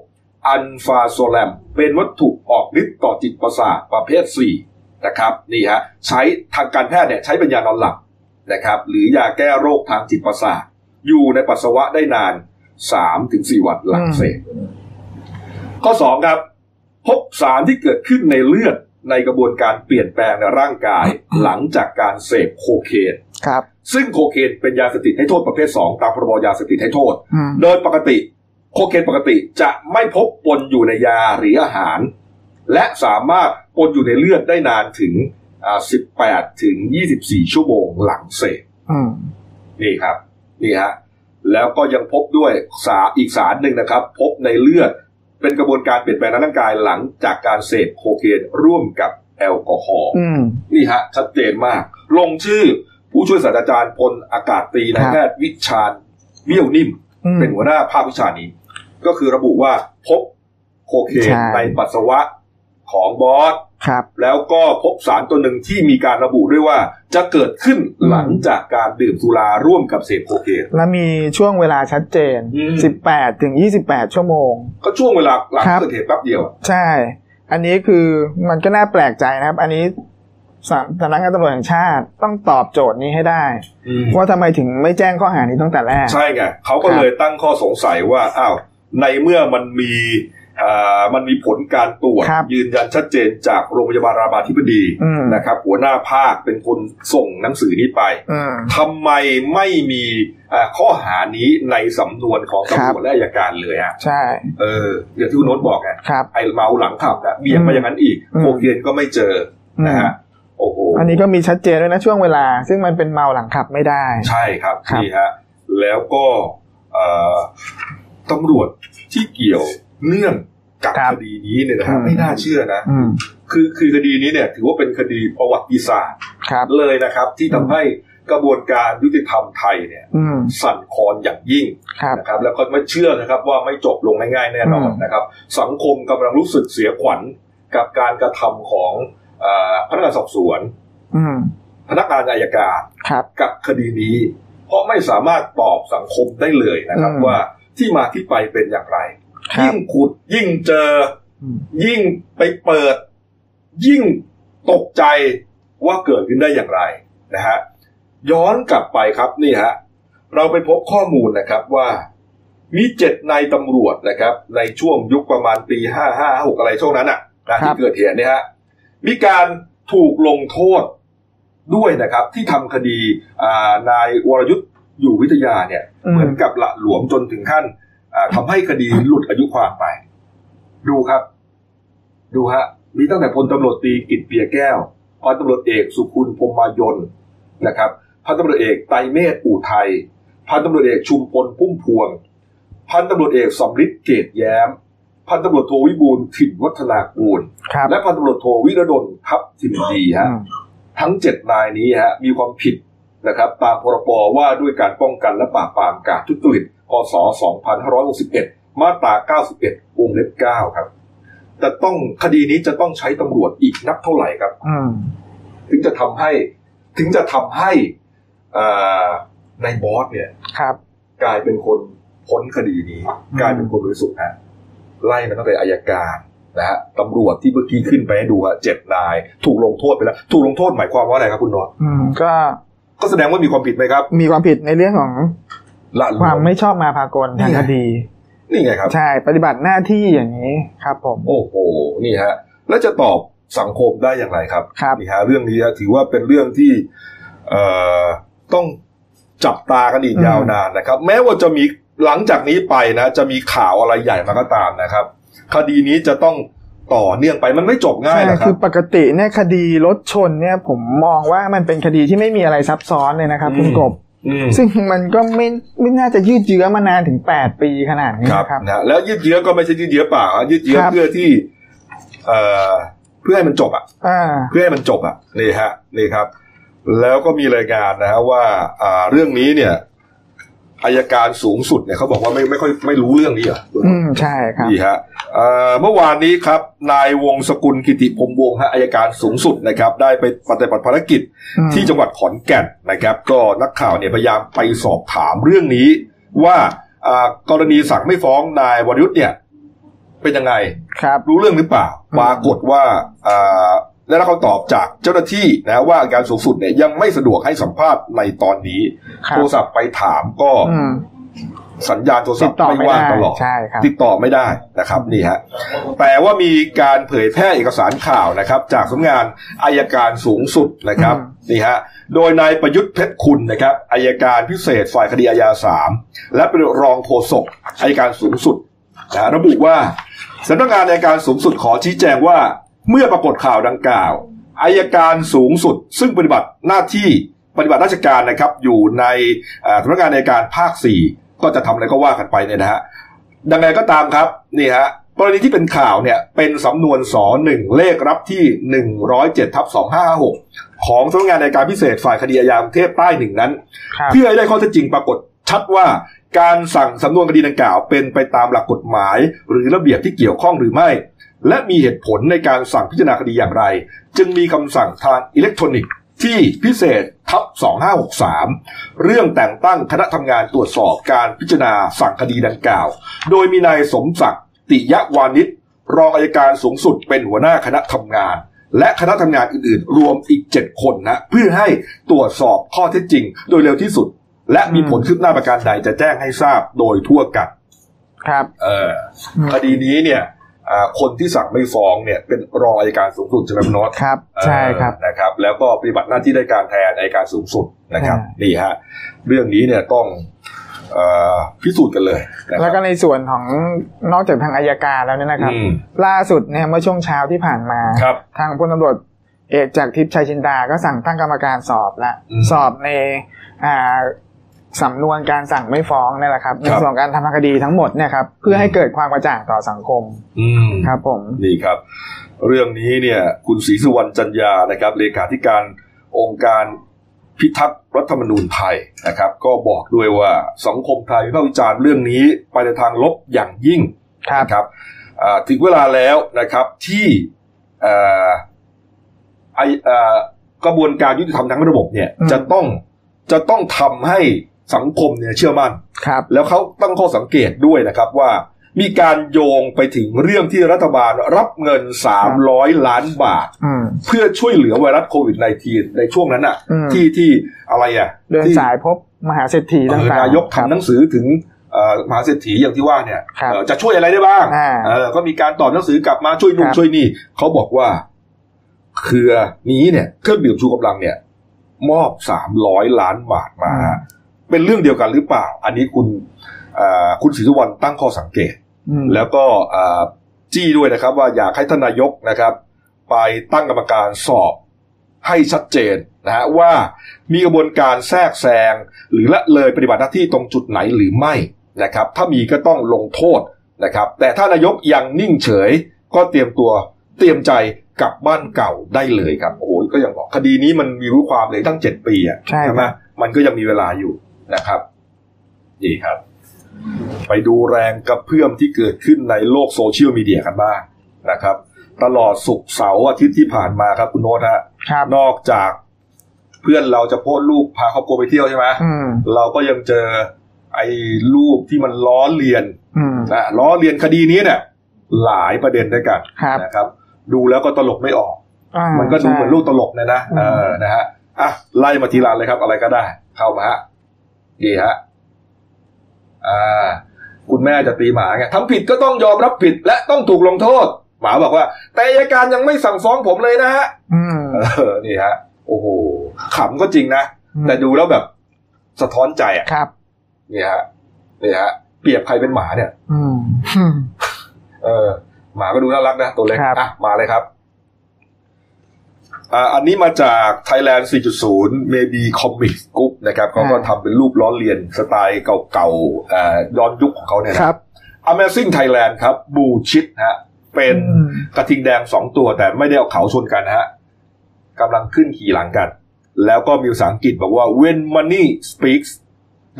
Speaker 1: อันฟาโซแลมเป็นวัตถุออกฤทธิ์ต่อจิตประสาทประเภท 4 นะครับนี่ฮะใช้ทางการแพทย์เนี่ยใช้เป็นยานอนหลับนะครับหรือยาแก้โรคทางจิตประสาทอยู่ในปัสสาวะได้นาน 3-4 วันหลังเสพข้อ 2 ครับ พบสารที่เกิดขึ้นในเลือดในกระบวนการเปลี่ยนแปลงในร่างกาย หลังจากการเสพโคเคน
Speaker 2: ครับ
Speaker 1: ซึ่งโคเคนเป็นยาเสพติดให้โทษประเภท 2 ตามพรบยาเสพติดให้โทษ
Speaker 2: อืม
Speaker 1: โดยปกติโคเคนปกติจะไม่พบปนอยู่ในยาหรืออาหาร และสามารถปนอยู่ในเลือดได้นานถึงอ่า18 ถึง 24 ชั่วโมงหลังเสพ
Speaker 2: อืม
Speaker 1: นี่ครับนี่ฮะแล้วก็ยังพบด้วยสารอีกสารหนึ่งนะครับ พบในเลือดเป็นกระบวนการเปลี่ยนแปลงในร่างกายหลังจากการเสพโคเคนร่วมกับแอลกอฮอล์
Speaker 2: อืม
Speaker 1: นี่ฮะ ชัดเจนมาก ลงชื่อผู้ช่วยศาสตราจารย์พลอากาศตรีนาย
Speaker 2: ครับ
Speaker 1: แพทย์วิชาญเมี่ยวนิ่ม
Speaker 2: อืม
Speaker 1: เป็นหัวหน้าภาควิชานี้ ก็คือระบุว่าพบโคเคน
Speaker 2: ใช่
Speaker 1: ในปัสสาวะของบอส
Speaker 2: ครับ
Speaker 1: แล้วก็พบสารตัวหนึ่งที่มีการระบุด้วยว่า จะเกิดขึ้น
Speaker 2: อืม
Speaker 1: หลังจากการดื่มสุราร่วมกับเสพโคเคน
Speaker 2: แล้วมีช่วงเวลาชัดเจน
Speaker 1: อืม
Speaker 2: 18 ถึง 28 ชั่วโมง
Speaker 1: ก็ช่วงเวลาหลัง
Speaker 2: ครับ
Speaker 1: เกิดเหตุแป๊บเดียว
Speaker 2: ใช่ อันนี้คือมันก็น่าแปลกใจนะครับ อันนี้สำสำนักงานตำรวจแห่งชาติต้องตอบโจทย์นี้ให้ได้ ว่าทำไมถึงไม่แจ้งข้อหานี้ตั้งแต่แรก
Speaker 1: ใช่ไงเขาก็
Speaker 2: ครับ
Speaker 1: เลยตั้งข้อสงสัยว่าอ้าวในเมื่อมันมีอ่ามันมีผลการตรวจ
Speaker 2: ครับ
Speaker 1: ยืนยันชัดเจนจากโรงพยาบาลรามาธิบดี
Speaker 2: อืม
Speaker 1: นะครับ หัวหน้าภาคเป็นคนส่งหนังสือนี้ไป
Speaker 2: อืม
Speaker 1: ทำไมไม่มีอ่าข้อหานี้ในสำนวนของ
Speaker 2: ครั
Speaker 1: ตำ
Speaker 2: บ
Speaker 1: รวจและอัยการเลยฮะ
Speaker 2: ใช่
Speaker 1: เอออย่างที่คุณโน้ตบอกไง
Speaker 2: ครับ
Speaker 1: ไอเมาหลังขับนะเบียดมาอย่างนั้นอีก
Speaker 2: อืม
Speaker 1: โคเคนก็ไม่เจอ
Speaker 2: อื
Speaker 1: นะ
Speaker 2: ม
Speaker 1: ฮะโอ้โห
Speaker 2: อันนี้ก็มีชัดเจนด้วยนะช่วงเวลา ซึ่งมันเป็นเมาหลังขับไม่ได้
Speaker 1: ใช่ครับ
Speaker 2: ครับ
Speaker 1: นี่ฮะแล้วก็เอ่อตำรวจที่เกี่ยวเนื่องกับ
Speaker 2: ครับ
Speaker 1: คดีนี้เนี่ยนะฮะ
Speaker 2: อืม
Speaker 1: ไม่น่าเชื่อนะ
Speaker 2: อืม
Speaker 1: คือคือคดีนี้เนี่ย ถือว่าเป็นคดีประวัติศาสตร์
Speaker 2: ครับ
Speaker 1: เลยนะครับ ที่ทำให้กระบวนการยุติธรรมไทยเนี่ย
Speaker 2: อืม
Speaker 1: สั่นคลอนอย่างยิ่ง
Speaker 2: ครับ
Speaker 1: นะครับ แล้วก็ไม่เชื่อนะครับ ว่าไม่จบลงง่ายๆแน่นอน
Speaker 2: อืม
Speaker 1: นะครับ สังคมกำลังรู้สึกเสียขวัญกับการกระทำของเอ่อพนักงานสอบสวน
Speaker 2: อืม
Speaker 1: พนักงานอายการ
Speaker 2: ครับ
Speaker 1: กับคดีนี้ เพราะไม่สามารถตอบสังคมได้เลยนะครับ
Speaker 2: อืม
Speaker 1: ว่าที่มาที่ไปเป็นอย่างไร
Speaker 2: ครั
Speaker 1: ยิ่
Speaker 2: บ
Speaker 1: งขุดยิ่งเจอ
Speaker 2: อืม
Speaker 1: ยิ่งไปเปิด ยิ่งตกใจว่าเกิดขึ้นได้อย่างไรนะฮะย้อนกลับไปครับนี่ฮะเราไปพบข้อมูลนะครับว่า มีเจ็ดนายตำรวจนะครับ ในช่วงยุคประมาณปีห้าห้าหกอะไรช่วงนั้นอ่ะนะ
Speaker 2: ครั
Speaker 1: ที่
Speaker 2: บ
Speaker 1: เกิดเหตุเนี่ยฮะมีการถูกลงโทษด้วยนะครับ ที่ทำคดีอ่านายวรยุทธ์อยู่วิทยาเนี่ย
Speaker 2: อื
Speaker 1: เหมื
Speaker 2: ม
Speaker 1: อนกับละหลวมจนถึงขั้นอ่าทำให้คดีหลุดอายุความไป ดูครับ ดูฮะ มีตั้งแต่พลตำรวจตรีกิตเปียแก้วพันตำรวจเอกสุขุลพรหมายนนะครับพันตำรวจเอกไตรเมธอู่ไทย พันตำรวจเอกชุมพลพุ่มพวง พันตำรวจเอกสมฤทธิ์เกตแย้ม พ พันตำรวจโทวิบูลย์ถิ่นวัฒนากูล
Speaker 2: ครับ
Speaker 1: และพันตำรวจโทวิรดลทัพทิมดีฮะ
Speaker 2: อืม
Speaker 1: ทั้ง 7 นายนี้ฮะมีความผิดนะครับ ตามพรบว่าด้วยการป้องกันและปราบปรามการทุจริตพศ 2561 มาตรา 91 วงเล็บ 9 ครับ แต่ต้องคดีนี้จะต้องใช้ตำรวจอีกนับเท่าไหร่ครับ
Speaker 2: อืม
Speaker 1: ถึงจะทำให้ถึงจะทำให้อ่านายบอสเนี่ย
Speaker 2: ครับ
Speaker 1: กลายเป็นคนพ้นคดีนี้
Speaker 2: อืม
Speaker 1: กลายเป็นคนบริสุทธิ์ฮะไล่มาตั้งแต่อายการนะฮะตำรวจที่เมื่อกี้ขึ้นไปให้ดูฮะเจ็ดนาย ถูกลงโทษไปแล้ว ถูกลงโทษหมายความว่าอะไรครับคุณนนท์
Speaker 2: อืมก็
Speaker 1: ก็แสดงว่ามีความผิดไหมครับ
Speaker 2: มีความผิดในเรื่องของ
Speaker 1: ละเลย
Speaker 2: ความไม่ชอบมาพากลทางคดี
Speaker 1: นี่ไงครับ
Speaker 2: ใช่ปฏิบัติหน้าที่อย่างนี้ครับผม
Speaker 1: โอ้โหนี่ฮะ แล้วจะตอบสังคมได้อย่างไรครับ
Speaker 2: ครับ
Speaker 1: นี่ฮะเรื่องนี้ฮะถือว่าเป็นเรื่องที่เอ่อต้องจับตากันอีกยาวนานนะครับ แม้ว่าจะมีหลังจากนี้ไปนะ จะมีข่าวอะไรใหญ่มาก็ตามนะครับ คดีนี้จะต้องต่อเนื่องไปมันไม่จบง่าย
Speaker 2: ใช่
Speaker 1: หรอกครั
Speaker 2: คือบ ปกติเนี่ยคดีรถชนเนี่ยผมมองว่ามันเป็นคดีที่ไม่มีอะไรซับซ้อนเลยนะครับคุณ
Speaker 1: อืม
Speaker 2: กบ
Speaker 1: อืม
Speaker 2: ซึ่งมันก็ไม่ไม่น่าจะยืดเยื้อมานานถึง 8 ปีขนาดนี้
Speaker 1: ครับ
Speaker 2: นะครับ
Speaker 1: นะแล้วยืดเยื้อก็ไม่ใช่ยืดเยื้อเปล่าฮะยืดเยื้อ
Speaker 2: ครับ
Speaker 1: เพื่อที่เอ่อเพื่อให้มันจบอ่ะ
Speaker 2: อ่า
Speaker 1: เพื่อให้มันจบอ่ะนี่ฮะนี่ครับ แล้วก็มีรายงานนะฮะว่าอ่าเรื่องนี้เนี่ยอายการสูงสุดเนี่ยเขาบอกว่าไม่ไม่ค่อยไม่รู้เรื่องนี้เหรอ
Speaker 2: อืมใช่ครับ
Speaker 1: นี่ฮะเอ่อเมื่อวานนี้ครับ นายวงศกุลกิติพรหมวงศ์ฮะอายการสูงสุดนะครับ ได้ไปปฏิบัติภารกิจ
Speaker 2: อืม
Speaker 1: ที่จังหวัดขอนแก่นนะครับ ก็นักข่าวเนี่ยพยายามไปสอบถามเรื่องนี้ ว่าอ่ากรณีสั่งไม่ฟ้องนายวรยุทธ์เนี่ย เป็นยังไง
Speaker 2: ครับ
Speaker 1: รู้เรื่องหรือเปล่า
Speaker 2: อืม
Speaker 1: ปรากฏว่าอ่าได้รับคำตอบจากเจ้าหน้าที่นะว่าอาการสูงสุดเนี่ยยังไม่สะดวกให้สัมภาษณ์ในตอนนี้
Speaker 2: ครับ
Speaker 1: โทรศัพท์ไปถามก็
Speaker 2: อืม
Speaker 1: สัญญาณโทรศัพ
Speaker 2: ติด
Speaker 1: ท์
Speaker 2: ต่อ
Speaker 1: ไม่
Speaker 2: ไม่
Speaker 1: ว่า
Speaker 2: ได้
Speaker 1: งตลอด
Speaker 2: ใช่ครับ
Speaker 1: ติดต่อไม่ได้นะครับนี่ฮะแต่ว่ามีการเผยแพร่เอกสารข่าวนะครับ จากสำนักงานอายการสูงสุดนะครับ
Speaker 2: อื
Speaker 1: นี่ฮะโดยนายประยุทธ์เพชรคุณนะครับอายการพิเศษฝ่ายคดีอาญาสามและเป็นรองโฆษกอายการสูงสุดนะฮะระบุว่าสำนักงานอายการสูงสุดขอชี้แจงว่า เมื่อปรากฏข่าวดังกล่าวอายการสูงสุด ซึ่งปฏิบัติหน้าที่ปฏิบัติราชการนะครับ อยู่ในเอ่อสำนักงานอายการภาคสี่ก็จะทำอะไรก็ว่ากันไปเนี่ยนะฮะ ดังไงก็ตามครับนี่ฮะกรณีที่เป็นข่าวเนี่ยเป็นสำนวนสหนึ่งเลขรับที่ 107ทับ2556 ของสำนักงานในการพิเศษฝ่ายคดีอาญากรุงเทพใต้หนึ่งนั้น
Speaker 2: ครับ
Speaker 1: เพื่อให้ได้ข้อเท็จจริงปรากฏชัดว่าการสั่งสำนวนคดีดังกล่าว เป็นไปตามหลักกฎหมาย หรือระเบียบที่เกี่ยวข้องหรือไม่ และมีเหตุผลในการสั่งพิจารณาคดีอย่างไร จึงมีคำสั่งทางอิเล็กทรอนิกส์ที่พิเศษทับ2563 เรื่องแต่งตั้งคณะทำงานตรวจสอบการพิจารณาสั่งคดีดังกล่าว โดยมีนายสมศักดิ์ติยวานิชรองอายการสูงสุดเป็นหัวหน้าคณะทำงาน และคณะทำงานอื่นๆ รวมอีก 7 คนนะเพื่อให้ตรวจสอบข้อเท็จจริง โดยเร็วที่สุด และมีผลคืบหน้าประการใดจะแจ้งให้ทราบโดยทั่วกัน
Speaker 2: ครับ
Speaker 1: เออ
Speaker 2: อืม
Speaker 1: คดีนี้เนี่ยอ่าคนที่สั่งไม่ฟ้องเนี่ยเป็นรองอายการสูงสุดใช่ไหมพี่โนต
Speaker 2: ครับ ใช่ครับ
Speaker 1: เอ่อนะครับ แล้วก็ปฏิบัติหน้าที่ได้การแทนในการสูงสุดนะครับ
Speaker 2: ใช่
Speaker 1: นี่ฮะ เรื่องนี้เนี่ยต้องเออพิสูจน์กันเลยนะครั
Speaker 2: แล้ว
Speaker 1: บ
Speaker 2: ก็ในส่วนของนอกจากทางอายการแล้วเนี่ยนะครับ
Speaker 1: อืม
Speaker 2: ล่าสุดเนี่ยเมื่อช่วงเช้าที่ผ่านมา
Speaker 1: ครับ
Speaker 2: ทางพลตำรวจเอกจากทิพย์ชัยชินดา ก็สั่งตั้งกรรมการสอบละ
Speaker 1: อืม
Speaker 2: สอบในอ่าสำนวนการสั่งไม่ฟ้องนี่แหละครับ ใน
Speaker 1: ครับ
Speaker 2: ส่วนของการทำทางคดีทั้งหมดเนี่ยครับเพื่อให้
Speaker 1: อืม
Speaker 2: เกิดความกระจ่างต่อสังคม
Speaker 1: อืม
Speaker 2: ครับผม
Speaker 1: นี่ครับ เรื่องนี้เนี่ย คุณศรีสุวรรณจันยานะครับ เลขาธิการองค์การพิทักษ์รัฐธรรมนูญไทยนะครับ ก็บอกด้วยว่าสังคมไทยวิพากษ์วิจารณ์เรื่องนี้ไปในทางลบอย่างยิ่ง
Speaker 2: ครับ
Speaker 1: นะครับอ่าถึงเวลาแล้วนะครับที่เอ่อไอเอ่อกระบวนการยุติธรรมทั้งระบบเนี่ยจะต้องจะต้องทำให้สังคมเนี่ยเชื่อมั่น
Speaker 2: ครับ
Speaker 1: แล้วเขาตั้งข้อสังเกตด้วยนะครับว่ามีการโยงไปถึงเรื่องที่รัฐบาลรับเงิน 300 ล้านบาท
Speaker 2: อืม
Speaker 1: เพื่อช่วยเหลือไวรัสโควิด -19 ในช่วงนั้นอะ
Speaker 2: อืม
Speaker 1: ที่ที่อะไรอะ
Speaker 2: เดิน
Speaker 1: ที่
Speaker 2: สายพบมหาเศรษฐี
Speaker 1: เอ
Speaker 2: ต่า
Speaker 1: อง
Speaker 2: ๆ
Speaker 1: นายก
Speaker 2: ครับ
Speaker 1: ทำหนังสือถึงเอ่อมหาเศรษฐีอย่างที่ว่าเนี่ย
Speaker 2: ครับ
Speaker 1: เอ่อจะช่วยอะไรได้บ้าง
Speaker 2: อ่า
Speaker 1: เออก็มีการตอบหนังสือกลับมาช่วยนู่น
Speaker 2: ครับ
Speaker 1: ช่วยนี่เขาบอกว่า เครือนี้เนี่ยเครื่องดื่มชูกำลังเนี่ย มอบสามร้อยล้านบาทมา เป็นเรื่องเดียวกันหรือเปล่า อันนี้คุณเอ่อคุณศรีสุวรรณตั้งข้อสังเกต
Speaker 2: อืม
Speaker 1: แล้วก็เอ่อจี้ด้วยนะครับ ว่าอยากให้ท่านนายกนะครับ ไปตั้งกรรมการสอบให้ชัดเจนนะฮะว่ามีกระบวนการแทรกแซง หรือละเลยปฏิบัติหน้าที่ตรงจุดไหนหรือไม่นะครับ ถ้ามีก็ต้องลงโทษ นะครับ แต่ถ้านายกยังนิ่งเฉย ก็เตรียมตัวเตรียมใจกลับบ้านเก่าได้เลยครับโอ้โหก็ยังบอกคดีนี้มันมีอายุความเลยตั้งเจ็ดปีอะ
Speaker 2: ใช่ครับ
Speaker 1: ไหมมันก็ยังมีเวลาอยู่นะครับนี่ครับ ไปดูแรงกระเพื่อมที่เกิดขึ้นในโลกโซเชียลมีเดียกันบ้างนะครับ ตลอดสุกร์เสาร์อาทิตย์ที่ผ่านมาครับคุณโน้ตฮะ
Speaker 2: ครับ
Speaker 1: นอกจากเพื่อนเราจะโพสต์รูปพาครอบครัวไปเที่ยวใช่ไหม
Speaker 2: อืม
Speaker 1: เราก็ยังเจอไอ้รูปที่มันล้อเลียน
Speaker 2: อืม
Speaker 1: นะล้อเลียนคดีนี้เนี่ย หลายประเด็นด้วยกัน
Speaker 2: ครับ
Speaker 1: นะครับ ดูแล้วก็ตลกไม่ออก
Speaker 2: อ่า
Speaker 1: มันก็ดูเหมือนรูป
Speaker 2: ใช่
Speaker 1: ตลกนะนะ
Speaker 2: อืม
Speaker 1: เออนะฮะอ่ะไล่มาทีละเลยครับ อะไรก็ได้ เข้ามาฮะนี่ฮะอ่า คุณแม่จะตีหมาไงทำผิดก็ต้องยอมรับผิดและต้องถูกลงโทษ หมาบอกว่า แต่อัยการยังไม่สั่งฟ้องผมเลยนะฮะ
Speaker 2: อืม
Speaker 1: เออ นี่ฮะ โอ้โห ขำก็จริงนะ แต่ดูแล้วแบบสะท้อนใจอ่ะ
Speaker 2: ครับ
Speaker 1: นี่ฮะ นี่ฮะ เปรียบใครเป็นหมาเนี่ย
Speaker 2: อืม
Speaker 1: เออ หมาก็ดูน่ารักนะ ตัวเล็ก
Speaker 2: ครับ
Speaker 1: อ่ะ มาเลยครับอ่าอันนี้มาจาก Thailand 4.0 Maybe Comic Group นะครับ เขาก็ทำเป็นรูปล้อเลียนสไตล์เก่าๆเอ่อย้อนยุคของเขาเนี่ย
Speaker 2: ค
Speaker 1: นะ
Speaker 2: รับ
Speaker 1: Amazing Thailand ครับ บูชิดฮะ เป็น
Speaker 2: อืม
Speaker 1: กระทิงแดงสองตัวแต่ไม่ได้เอาเขาชนกันฮะกำลังขึ้นขี่หลังกัน แล้วก็มีภาษาอังกฤษบอกว่า when money speaks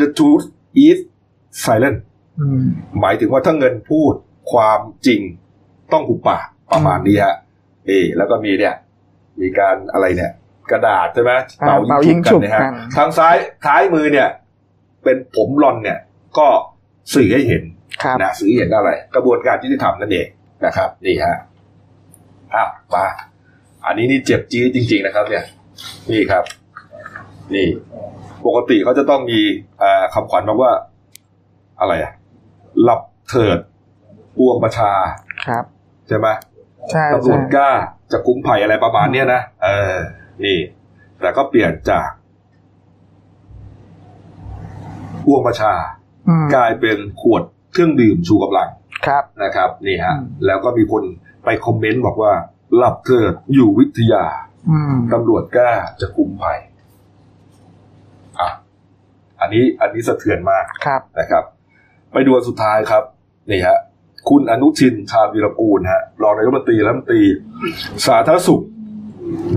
Speaker 1: the truth is silent
Speaker 2: อืม
Speaker 1: หมายถึงว่าถ้าเงินพูดความจริงต้องหุบปากประมาณนี้ฮะเออแล้วก็มีเนี่ย มีการอะไรเนี่ย กระดาษใช่ไหม
Speaker 2: อ่า
Speaker 1: เนะฮะ
Speaker 2: เป่ายิงฉุบกัน
Speaker 1: ทางซ้ายท้ายมือเนี่ย เป็นผมรอนเนี่ย ก็สื่อให้เห็น
Speaker 2: ครับ
Speaker 1: นะซื้อเห็นอะไร กระบวนการยุติธรรมนั่นเองนะครับ นี่ฮะอ่ะมาอันนี้นี่เจ็บจี๊ดจริง ๆนะครับ เนี่ย นี่ครับ นี่ ปกติเขาจะต้องมีเอ่อคำขวัญบอกว่า อะไรอะหลับเถิดปวงประชา
Speaker 2: ครับ
Speaker 1: ใช่ไหม
Speaker 2: ใช่
Speaker 1: ตำรว
Speaker 2: ใช่
Speaker 1: จกล้าจะคุ้มภัยอะไรประมาณเนี้ยนะเออ นี่ แต่ก็เปลี่ยนจากปวงประชา
Speaker 2: อืม
Speaker 1: กลายเป็นขวดเครื่องดื่มชูกำลัง
Speaker 2: ครับ
Speaker 1: นะครับนี่ฮะ
Speaker 2: อืม
Speaker 1: แล้วก็มีคนไปคอมเมนต์บอกว่า หลับเถิดอยู่วิทยา
Speaker 2: อืม
Speaker 1: ตำรวจกล้าจะคุมภัยอ่ะอันนี้อันนี้สะเทือนมาก
Speaker 2: ครับ
Speaker 1: นะครับ ไปดูอันสุดท้ายครับนี่ฮะคุณอนุชินชาญวีรกูลฮะรองนายกรัฐมนตรีและรัฐมนตรี สาธารณสุข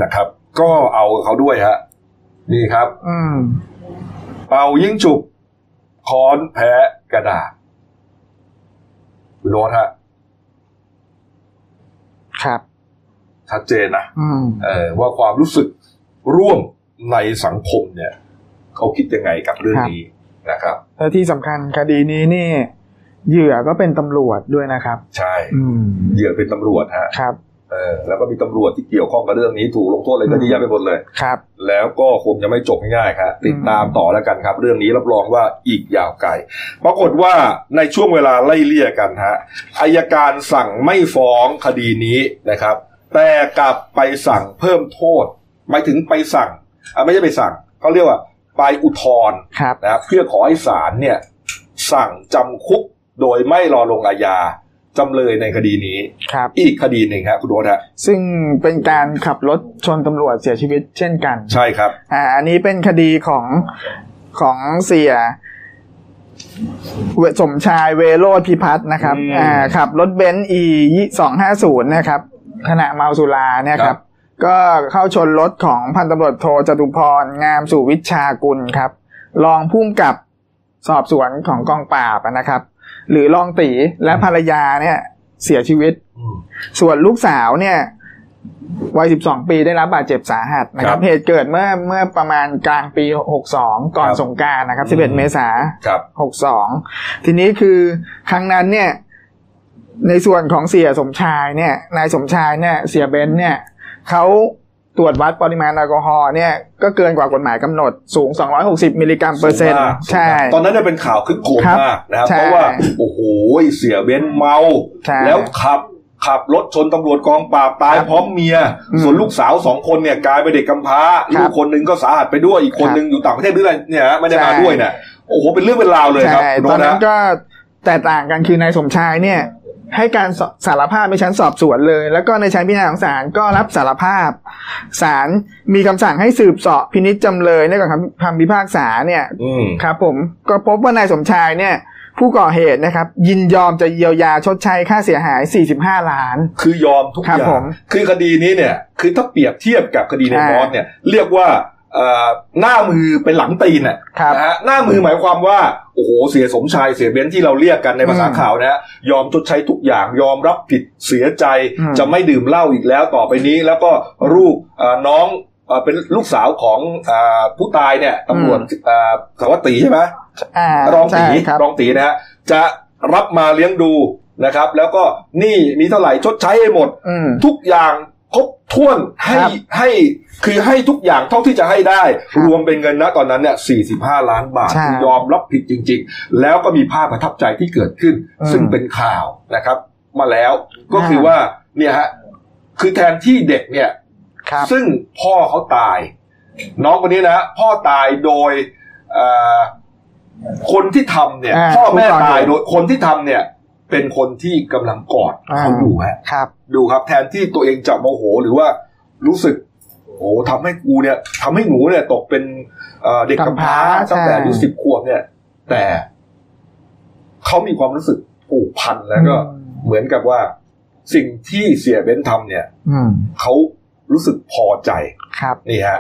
Speaker 1: นะครับ ก็เอากับเขาด้วยฮะนี่ครับ
Speaker 2: อืม
Speaker 1: เป่ายิ่งฉุบค้อนแพ้กระดาษคุณโรสฮะ
Speaker 2: ครับ
Speaker 1: ชัดเจนนะ
Speaker 2: อืม
Speaker 1: เอ่อว่าความรู้สึกร่วมในสังคมเนี่ย เขาคิดยังไงกับเรื่องนี้นะครับ
Speaker 2: และที่สำคัญคดีนี้นี่ เหยื่อก็เป็นตำรวจด้วยนะครับ
Speaker 1: ใช่
Speaker 2: อืม
Speaker 1: เหยื่อเป็นตำรวจฮะ
Speaker 2: ครับ
Speaker 1: เออแล้วก็มีตำรวจที่เกี่ยวข้องกับเรื่องนี้ถูกลงโทษอะไรก็เยอะแยะไปหมดเลย
Speaker 2: ครับ
Speaker 1: แล้วก็คงจะไม่จบง่ายๆครับติดตามต่อแล้วกันครับ เรื่องนี้รับรองว่าอีกยาวไกลปรากฏว่าในช่วงเวลาไล่เลี่ยกันฮะอายการสั่งไม่ฟ้องคดีนี้นะครับ แต่กลับไปสั่งเพิ่มโทษหมายถึงไปสั่งอ่ะไม่ใช่ไปสั่งเขาเรียกว่าไปอุทธรณ์
Speaker 2: ครับ
Speaker 1: นะครับเพื่อขอให้ศาลเนี่ยสั่งจำคุกโดยไม่รอลงอาญาจำเลยในคดีนี้
Speaker 2: ครับ
Speaker 1: อีกคดีหนึ่งครับคุณโรสฮะ
Speaker 2: ซึ่งเป็นการขับรถชนตำรวจเสียชีวิตเช่นกัน
Speaker 1: ใช่ครับ
Speaker 2: อ่า อันนี้เป็นคดีของของเสียเวสมชายเวโรธพิพัฒน์นะครับ
Speaker 1: อืม
Speaker 2: อ่า ขับรถเบนซ์อีสองห้าศูนย์นะครับ ขณะเมาสุราเนี่ยค
Speaker 1: ครั
Speaker 2: รับ บ ก็เข้าชนรถของพันตำรวจโทจตุพรงามสุวิชากุลครับ รองผู้กำกับสอบสวนของกองปราบอะนะครับ หรือรองตีและภรรยาเนี่ยเสียชีวิต
Speaker 1: อืม
Speaker 2: ส่วนลูกสาวเนี่ยวัย 12 ปีได้รับบาดเจ็บสาหัสนะครั
Speaker 1: ครับ บ
Speaker 2: เหตุเกิดเมื่อเมื่อประมาณกลางปี 62 ก่อน
Speaker 1: ครับ
Speaker 2: สงกรารนะครับ
Speaker 1: อืม
Speaker 2: 11 เมษา
Speaker 1: ครับ
Speaker 2: 62 ทีนี้คือครั้งนั้นเนี่ย ในส่วนของเสียสมชายเนี่ย นายสมชายเนี่ย เสียเบนซ์เนี่ยเขาตรวจวัดปริมาณแอลกอฮอล์เนี่ย ก็เกินกว่ากฎหมายกำหนดสูง 260 มิลลิกรัมเปอร์เซ็นต์
Speaker 1: สูงมาก
Speaker 2: ใช่
Speaker 1: ตอนนั้นเนี่ยเป็นข่าวคึกโครม
Speaker 2: ครับ
Speaker 1: มากนะครับ
Speaker 2: ใช่
Speaker 1: เพราะว่าโอ้โหเสียเบ้นเมา
Speaker 2: ใช่
Speaker 1: แล้วขับขับรถชนตำรวจกองปราบตาย
Speaker 2: ครับ
Speaker 1: พร้อมเมีย
Speaker 2: อืม
Speaker 1: ส่วนลูกสาวสองคนเนี่ยกลายเป็นเด็กกำพร้า
Speaker 2: ครับ
Speaker 1: ลูกคนหนึ่งก็สาหัสไปด้วยอีกคน
Speaker 2: ครับ
Speaker 1: หนึ่งอยู่ต่างประเทศหรืออะไรเนี่ยฮะไม่ได้มา
Speaker 2: ใช่
Speaker 1: ด้วยเนี่ยโอ้โหเป็นเรื่องเป็นราวเลยครับ
Speaker 2: ใช่
Speaker 1: คุณโรสฮะ
Speaker 2: ตอนนั้นก็แตกต่างกันคือนายสมชายเนี่ย ให้การสสารภาพในชั้นสอบสวนเลย แล้วก็ในชั้นพิจารณาของศาลก็รับสารภาพศาลมีคำสั่งให้สืบเสอบพินิจจำเลยในก่อนคำคำพิพากษาเนี่ย
Speaker 1: อืม
Speaker 2: ครับผมก็พบว่านายสมชายเนี่ย ผู้ก่อเหตุนะครับ ยินยอมจะเยียวยาชดใช้ค่าเสียหาย 45 ล้าน
Speaker 1: คือยอมทุก
Speaker 2: ครับ
Speaker 1: อย่า
Speaker 2: ผ
Speaker 1: ง
Speaker 2: ม
Speaker 1: คือคดีนี้เนี่ย คือถ้าเปรียบเทียบกับคดีใน
Speaker 2: อ่าม
Speaker 1: อสเนี่ย เรียกว่าเอ่อหน้ามือเป็นหลังตีนน่ะ
Speaker 2: ครับ
Speaker 1: นะฮะหน้ามือหมายความว่าโอ้โหเสียสมชายเสียเบ้นที่เราเรียกกันในภาษา
Speaker 2: อืม
Speaker 1: ข่าวนะฮะยอมชดใช้ทุกอย่าง ยอมรับผิดเสียใจ
Speaker 2: อืม
Speaker 1: จะไม่ดื่มเหล้าอีกแล้วต่อไปนี้ แล้วก็ลูกเอ่อน้องเอ่อเป็นลูกสาวของเอ่อผู้ตายเนี่ยตำรวจ
Speaker 2: อืม
Speaker 1: เอ่อสารวัตรตีใช่ไหม
Speaker 2: อ่าร
Speaker 1: อง
Speaker 2: ใช่
Speaker 1: ตี
Speaker 2: ครับ
Speaker 1: รองตีนะฮะจะรับมาเลี้ยงดูนะครับ แล้วก็หนี่มีเท่าไหร่ชดใช้ให้หมด
Speaker 2: อืม
Speaker 1: ทุกอย่างครบถ้วนให้
Speaker 2: ครับ
Speaker 1: ให้คือให้ทุกอย่างเท่าที่จะให้ได้
Speaker 2: ครับ
Speaker 1: รวมเป็นเงินนะตอนนั้นเนี่ย45 ล้านบาท
Speaker 2: ใช่
Speaker 1: ยอมรับผิดจริง ๆ แล้วก็มีภาพประทับใจที่เกิดขึ้น
Speaker 2: อืม
Speaker 1: ซึ่งเป็นข่าวนะครับ มาแล้วก็คืออา ว่าเนี่ยฮะคือแทนที่เด็กเนี่ย
Speaker 2: ครับ
Speaker 1: ซึ่งพ่อเขาตาย น้องคนนี้นะพ่อตายโดยเอ่อคนที่ทำเนี่ย
Speaker 2: อ่า
Speaker 1: พ่อแม่
Speaker 2: ผู้ก่อเหตุ
Speaker 1: ตายโดยคนที่ทำเนี่ย เป็นคนที่กำลังกอด
Speaker 2: อ่า
Speaker 1: เขาอยู่ฮะ
Speaker 2: ครับ
Speaker 1: ดูครับ แทนที่ตัวเองจะโมโหหรือว่ารู้สึก โอ้ทำให้กูเนี่ยทำให้หนูเนี่ย ตกเป็นเอ่อเด็กกำพร้าก
Speaker 2: ำพร้า
Speaker 1: ตั้งแต่อายุ
Speaker 2: ใช่
Speaker 1: สิบขวบเนี่ย แต่เขามีความรู้สึกผูกพันแล้วก็ เหมือนกับว่า สิ่งที่เสียเบ้นทำเนี่ย
Speaker 2: อืม
Speaker 1: เขารู้สึกพอใจ
Speaker 2: ครับ
Speaker 1: นี่ฮะ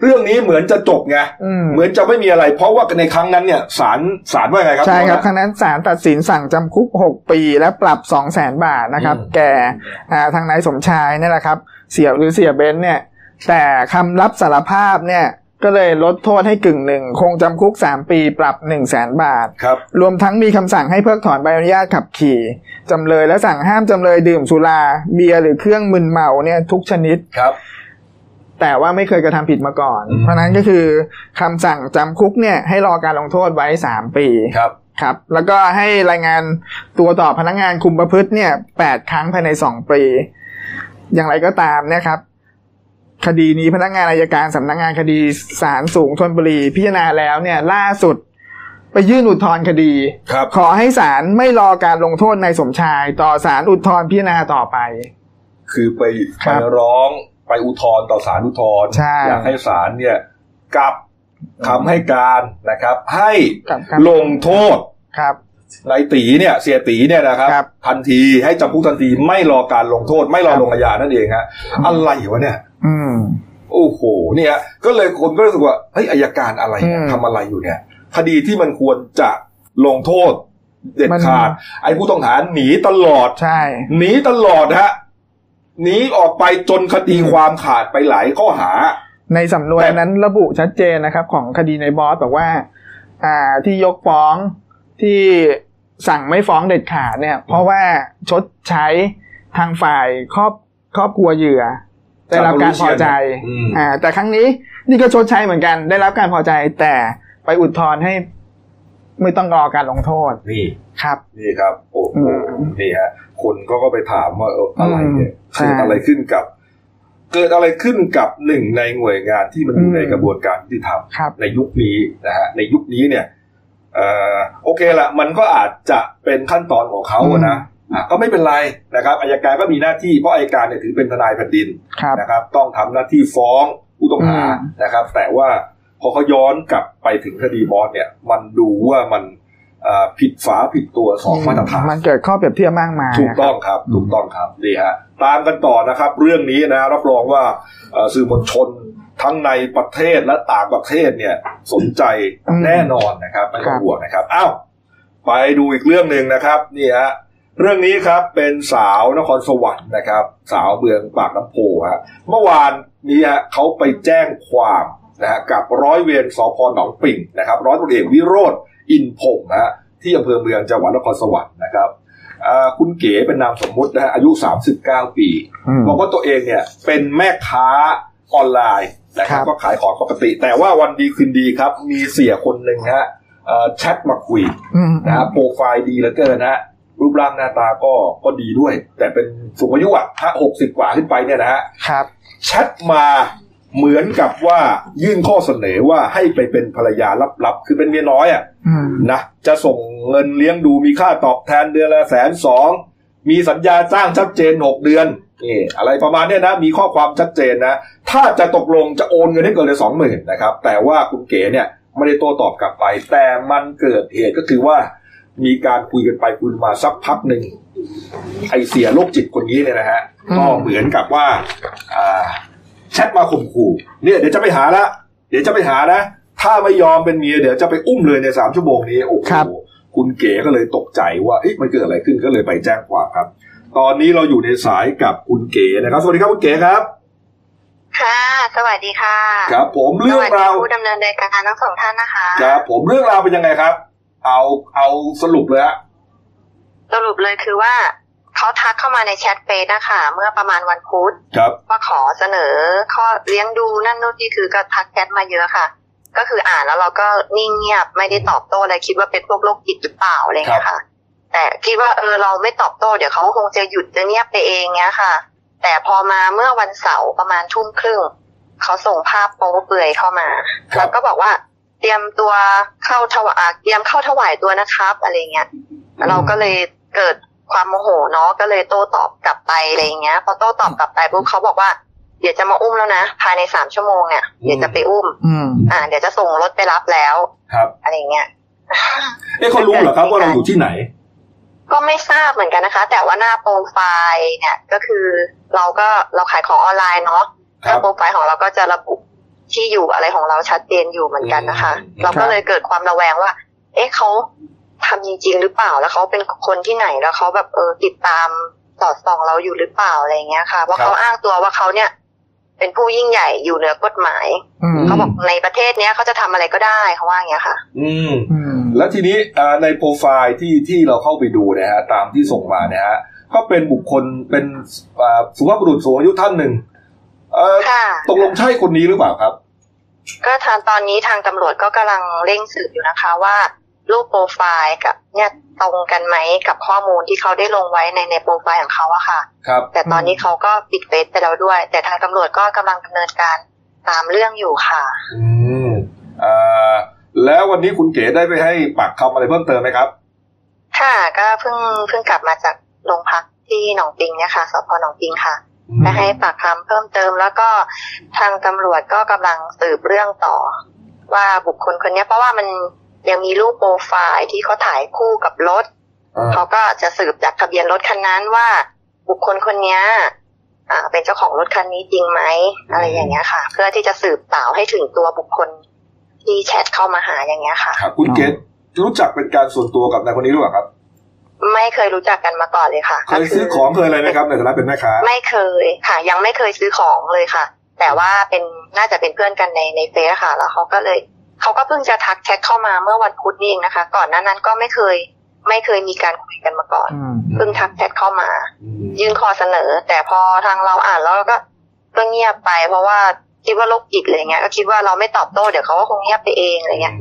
Speaker 1: เรื่องนี้เหมือนจะจบไง
Speaker 2: อืม
Speaker 1: เหมือนจะไม่มีอะไร เพราะว่าในครั้งนั้นเนี่ยศาลศาลว่าไงครับ
Speaker 2: ใช่ครับ
Speaker 1: ณ
Speaker 2: ค
Speaker 1: โต
Speaker 2: รั้งนั้นศาลตัดสินสั่งจำคุก 6 ปีและปรับ 2 0 0 0 0 0 บาทนะครับ
Speaker 1: อืม
Speaker 2: แก่อ่าทางนายสมชายนี่แหละครับ เสียหรือเสียเบนซ์เนี่ย แต่คำรับสารภาพเนี่ย ก็เลยลดโทษให้กึ่งหนึ่ง คงจำคุก 3 ปีปรับ 1 0 0 0 0แบาท
Speaker 1: ครับ
Speaker 2: รวมทั้งมีคำสั่งให้เพิกถอนใบอนุญาตขับขี่ จำเลยและสั่งห้ามจำเลยดื่มสุรา เบียร์หรือเครื่องมึนเมาเนี่ยทุกชนิด
Speaker 1: ครับ
Speaker 2: แต่ว่าไม่เคยกระทำผิดมาก่อน
Speaker 1: อืม
Speaker 2: เพราะฉะนั้นก็คือคำสั่งจำคุกเนี่ยให้รอการลงโทษไว้ 3 ปี
Speaker 1: ครับ
Speaker 2: ครับ แล้วก็ให้รายงานตัวต่อพนักงานคุมประพฤติเนี่ยแปดครั้งภายใน 2 ปี อย่างไรก็ตามเนะครับ คดีนี้พนักงานอายการสำนักงานคดีศาลสูงธนบุรีพิจารณาแล้วเนี่ยล่าสุด ไปยื่นอุทธรณ์คดี
Speaker 1: ครับ
Speaker 2: ขอให้ศาลไม่รอการลงโทษนายสมชาย ต่อศาลอุทธรณ์พิจารณาต่อไป
Speaker 1: คือไป
Speaker 2: ครั
Speaker 1: ไป
Speaker 2: บ
Speaker 1: ร้องไปอุทธรณ์ต่อศาลอุทธรณ์
Speaker 2: ใช่
Speaker 1: อยากให้ศาลเนี่ยกลับคำให้การนะครับ ให้
Speaker 2: ครับครับ
Speaker 1: ลงโทษ
Speaker 2: ครับ
Speaker 1: นายตีเนี่ยเสียตีเนี่ยนะครับ
Speaker 2: ครับ
Speaker 1: ทันทีให้จำคุกทันทีไม่รอการลงโทษ ไม่รอลงอาญานั่นเองฮะอะไรวะเนี่ย
Speaker 2: อืม
Speaker 1: โอ้โหเนี่ยก็เลยคนก็รู้สึกว่าเฮ้ยอายการอะไรเนี่ย
Speaker 2: อืม
Speaker 1: ทำอะไรอยู่เนี่ย คดีที่มันควรจะลงโทษเด็ด
Speaker 2: มัน
Speaker 1: ขาด ไอ้ผู้ต้องหาหนีตลอด
Speaker 2: ใช่
Speaker 1: หนีตลอดฮะหนีออกไปจนคดีความขาดไปหลายข้อหา
Speaker 2: ในสำนวน
Speaker 1: แต่
Speaker 2: นั้นระบุชัดเจนนะครับ ของคดีในบอสบอกว่า อ่าที่ยกฟ้องที่สั่งไม่ฟ้องเด็ดขาดเนี่ย เพราะว่าชดใช้ทางฝ่ายครอบครอบครัวเหยื่อ ได้รับการพอใจ
Speaker 1: อืม
Speaker 2: อ่า แต่ครั้งนี้นี่ก็ชดใช้เหมือนกัน ได้รับการพอใจ แต่ไปอุทธรณ์ให้ไม่ต้องรอการลงโทษ
Speaker 1: นี่
Speaker 2: ครับ
Speaker 1: นี่ครับ โอ้โห
Speaker 2: อืม
Speaker 1: นี่ฮะคนก็ก็ไปถามว่าเอออะไรเนี่ย
Speaker 2: อืม
Speaker 1: เกิดอะไรขึ้นกับ เกิดอะไรขึ้นกับหนึ่งในหน่วยงานที่มันอยู่
Speaker 2: อืม
Speaker 1: ในกระบวนการยุติธรรม
Speaker 2: ครับ
Speaker 1: ในยุคนี้นะฮะในยุคนี้เนี่ยเอ่อโอเคละมันก็อาจจะเป็นขั้นตอนของเขาอะนะอ่ะก็ไม่เป็นไรนะครับอายการก็มีหน้าที่เพราะอายการเนี่ยถือเป็นทนายแผ่นดิน
Speaker 2: ครับ
Speaker 1: นะครับ ต้องทำหน้าที่ฟ้องผู้ต้องหา
Speaker 2: อืม
Speaker 1: นะครับ แต่ว่าพอเขาย้อนกลับไปถึงคดีบอสเนี่ย มันดูว่ามันเอ่อผิดฝาผิดตัวสองมาตรฐาน
Speaker 2: มันเกิดข้อเปรียบเทียบมากมาย
Speaker 1: ถูก
Speaker 2: นะค
Speaker 1: ต้
Speaker 2: รับ
Speaker 1: องครับถูกต้องครับดีฮะตามกันต่อนะครับ เรื่องนี้นะรับรองว่าเอ่อสื่อมวลชนทั้งในประเทศและต่างประเทศเนี่ยสนใจ
Speaker 2: อืม
Speaker 1: แน่นอนนะครับไม่ต้อง
Speaker 2: ครับ
Speaker 1: ห่วงนะครับอ้าวไปดูอีกเรื่องหนึ่งนะครับนี่ฮะเรื่องนี้ครับเป็นสาวนครสวรรค์นะครับ สาวเมืองปากน้ำโพฮะเมื่อวานนี้ฮะเขาไปแจ้งความนะฮะกับร้อยเวรสพหนองปิ่งนะครับ ร้อยตำรวจเอกวิโรธอินพงษ์ฮะที่อำเภอเมืองจังหวัดนครสวรรค์นะครับ อ่าคุณเก๋เป็นนามสมมุตินะฮะอายุ 39 ปี
Speaker 2: อืม
Speaker 1: บอกว่าตัวเองเนี่ยเป็นแม่ค้าออนไลน์นะครับ
Speaker 2: ครับ
Speaker 1: ก็ขายของปกติ แต่ว่าวันดีคืนดีครับ มีเสียคนหนึ่งฮะเอ่อแชทมาคุยนะฮะโปรไฟล์ดีเหลือเกินนะฮะรูปร่างหน้าตาก็ก็ดีด้วย แต่เป็นสูงอายุอ่ะห้าหกสิบกว่าขึ้นไปเนี่ยนะฮะ
Speaker 2: ครับ
Speaker 1: แชทมาเหมือนกับว่ายื่นข้อเสนอว่าให้ไปเป็นภรรยาลับๆ คือเป็นเมียน้อยอ่ะ
Speaker 2: อืม
Speaker 1: นะจะส่งเงินเลี้ยงดูมีค่าตอบแทนเดือนละแสนสองมีสัญญาจ้างชัดเจนหกเดือนนี่อะไรประมาณเนี้ยนะ มีข้อความชัดเจนนะ ถ้าจะตกลงจะโอนเงินให้เกินเลยสองหมื่นนะครับ แต่ว่าคุณเก๋เนี่ยไม่ได้โต้ตอบกลับไป แต่มันเกิดเหตุก็คือว่า มีการคุยกันไปคุยมาสักพักหนึ่งไอเสียโรคจิตคนนี้เนี่ยนะฮะ
Speaker 2: อืม
Speaker 1: ก็เหมือนกับว่าอ่าแชทมาข่มขู่เนี่ยเดี๋ยวจะไปหาละเดี๋ยวจะไปหานะ ถ้าไม่ยอมเป็นเมียเดี๋ยวจะไปอุ้มเลยในสามชั่วโมงนี้โอ้โหคุณเก๋ก็เลยตกใจว่าเอ๊ะมันเกิดอะไรขึ้นก็เลยไปแจ้งความครับ ตอนนี้เราอยู่ในสายกับคุณเก๋นะครับ สวัสดีครับคุณเก๋ครับ
Speaker 3: ค่ะ สวัสดีค่ะ
Speaker 1: ครับ ผม
Speaker 3: ส
Speaker 1: เรื่อง
Speaker 3: วัสดี
Speaker 1: ราว
Speaker 3: ผู้ดำเนินรายการทั้งสองท่านนะคะ
Speaker 1: ครับผมเรื่องราวเป็นยังไงครับ เอาเอาสรุปเลยฮะ
Speaker 3: สรุปเลยคือว่าเขาทักเข้ามาในแชทเฟซนะคะเมื่อประมาณวันพุธ
Speaker 1: ครับ
Speaker 3: ว่าขอเสนอข้อเลี้ยงดูนั่นนู่นนี่คือก็ทักแชทมาเยอะค่ะ ก็คืออ่านแล้วเราก็นิ่งเงียบไม่ได้ตอบโต้อะไรคิดว่าเป็นพวกโรคจิตหรือเปล่าอะไรอย่างเงี้ยค่ะ แต่คิดว่าเออเราไม่ตอบโต้เดี๋ยวเขาคงจะหยุดจะเงียบไปเองเงี้ยค่ะ แต่พอมาเมื่อวันเสาร์ประมาณทุ่มครึ่งเขาส่งภาพโป๊เปลือยเข้ามา
Speaker 1: ครับ
Speaker 3: แล้วก็บอกว่า เตรียมตัวเข้าถวายอ่ะเตรียมเข้าถวายตัวนะครับอะไรเงี้ย เราก็เลยเกิดความโมโหเนาะก็เลยโต้ตอบกลับไปอะไรอย่างเงี้ย พอโต้ตอบกลับไปปุ๊บเขาบอกว่าเดี๋ยวจะมาอุ้มแล้วนะภายในสามชั่วโมงเนี่ยเดี๋ยวจะไปอุ้ม
Speaker 2: อืม
Speaker 3: อ่า เดี๋ยวจะส่งรถไปรับแล้ว
Speaker 1: ครับ
Speaker 3: อะไรอย่างเงี้ ย
Speaker 1: เอ๊ะเขารู้เหรอครับว่าเราอยู่ที่ไหน
Speaker 3: ก็ไม่ทราบเหมือนกันนะคะ แต่ว่าหน้าโปรไฟล์เนี่ยก็คือเราก็เราขายของออนไลน์เนาะห
Speaker 1: ครั
Speaker 3: น้า
Speaker 1: บ
Speaker 3: โปรไฟล์ของเราก็จะระบุที่อยู่อะไรของเราชัดเจนอยู่เหมือนกันนะคะ
Speaker 1: อืม
Speaker 3: เรา
Speaker 2: ครั
Speaker 3: ก็
Speaker 2: บ
Speaker 3: เลยเกิดความระแวงว่า เอ๊ะเขาทำจริงๆหรือเปล่าแล้วเขาเป็นคนที่ไหนแล้วเขาแบบเออติดตามสอดส่องเราอยู่หรือเปล่าอะไรอย่างเงี้ยค่ะเพราะเขาอ้างตัวว่าเขาเนี่ย เป็นผู้ยิ่งใหญ่อยู่เหนือกฎหมาย
Speaker 2: อืม
Speaker 3: เขาบอกในประเทศเนี้ยเขาจะทำอะไรก็ได้เขาว่าอย่างเงี้ยค่ะ
Speaker 1: อืม
Speaker 2: อืม
Speaker 1: และทีนี้อ่าในโปรไฟล์ที่ที่เราเข้าไปดูเนะฮะตามที่ส่งมาเนี่ยฮะก็เป็นบุคคลเป็นอ่าสุภาพบุรุษสูงอายุท่านหนึ่งเอ่อ
Speaker 3: ค่ะ
Speaker 1: ตกลงใช่คนนี้หรือเปล่าครับ
Speaker 3: ก็ทางตอนนี้ทางตำรวจก็กำลังเร่งสืบอยู่นะคะว่ารูปโปรไฟล์กับเนี่ยตรงกันไหมกับข้อมูลที่เขาได้ลงไว้ในในโปรไฟล์ของเขาอะค่ะ
Speaker 1: ครับ
Speaker 3: แต่ตอนนี้
Speaker 2: อืม
Speaker 3: เขาก็ปิดเฟซไปแล้วด้วย แต่ทางตำรวจก็กำลังดำเนินการตามเรื่องอยู่ค่ะ
Speaker 1: อืมอ่าแล้ววันนี้คุณเก๋ได้ไปให้ปากคำอะไรเพิ่มเติมไหมครับ
Speaker 3: ค่ะ ก็เพิ่งเพิ่งกลับมาจากโรงพักที่หนองปิงเนี่ยค่ะสพหนองปิงค่ะได้ให้ปากคำเพิ่มเติม แล้วก็ทางตำรวจก็กำลังสืบเรื่องต่อ ว่าบุคคลคนเนี้ยเพราะว่ามันยังมีรูปโปรไฟล์ที่เขาถ่ายคู่กับรถ เขาก็จะสืบจากทะเบียนรถคันนั้นว่า บุคคลคนเนี้ยอ่า เป็นเจ้าของรถคันนี้จริงไหมอะไรอย่างเงี้ยค่ะ เพื่อที่จะสืบสาวให้ถึงตัวบุคคลที่แชทเข้ามาหาอย่างเงี้ยค่ะ
Speaker 1: ครับคุณเกศรู้จักเป็นการส่วนตัวกับนายคนนี้หรือเปล่าครับ
Speaker 3: ไม่เคยรู้จักกันมาก่อนเลยค่ะ
Speaker 1: เคยซื้อของเคยอะไรไหมครับในฐานะเป็นแม่ค้า
Speaker 3: ไม่เคยค่ะ ยังไม่เคยซื้อของเลยค่ะ แต่ว่าเป็นน่าจะเป็นเพื่อนกันในในเฟซค่ะ แล้วเขาก็เลยเขาก็เพิ่งจะทักแชทเข้ามาเมื่อวันพุธนี่เองนะคะ ก่อนหน้านั้นก็ไม่เคย ไม่เคยมีการคุยกันมาก่อน
Speaker 2: อืม
Speaker 3: เพิ่งทักแชทเข้ามา ยื่นข้อเสนอ แต่พอทางเราอ่านแล้วก็ก็เงียบไป เพราะว่าคิดว่าโรคจิตอะไรเงี้ยก็คิดว่าเราไม่ตอบโต้เดี๋ยวเขาก็คงเงียบไปเองอะไรเงี้ย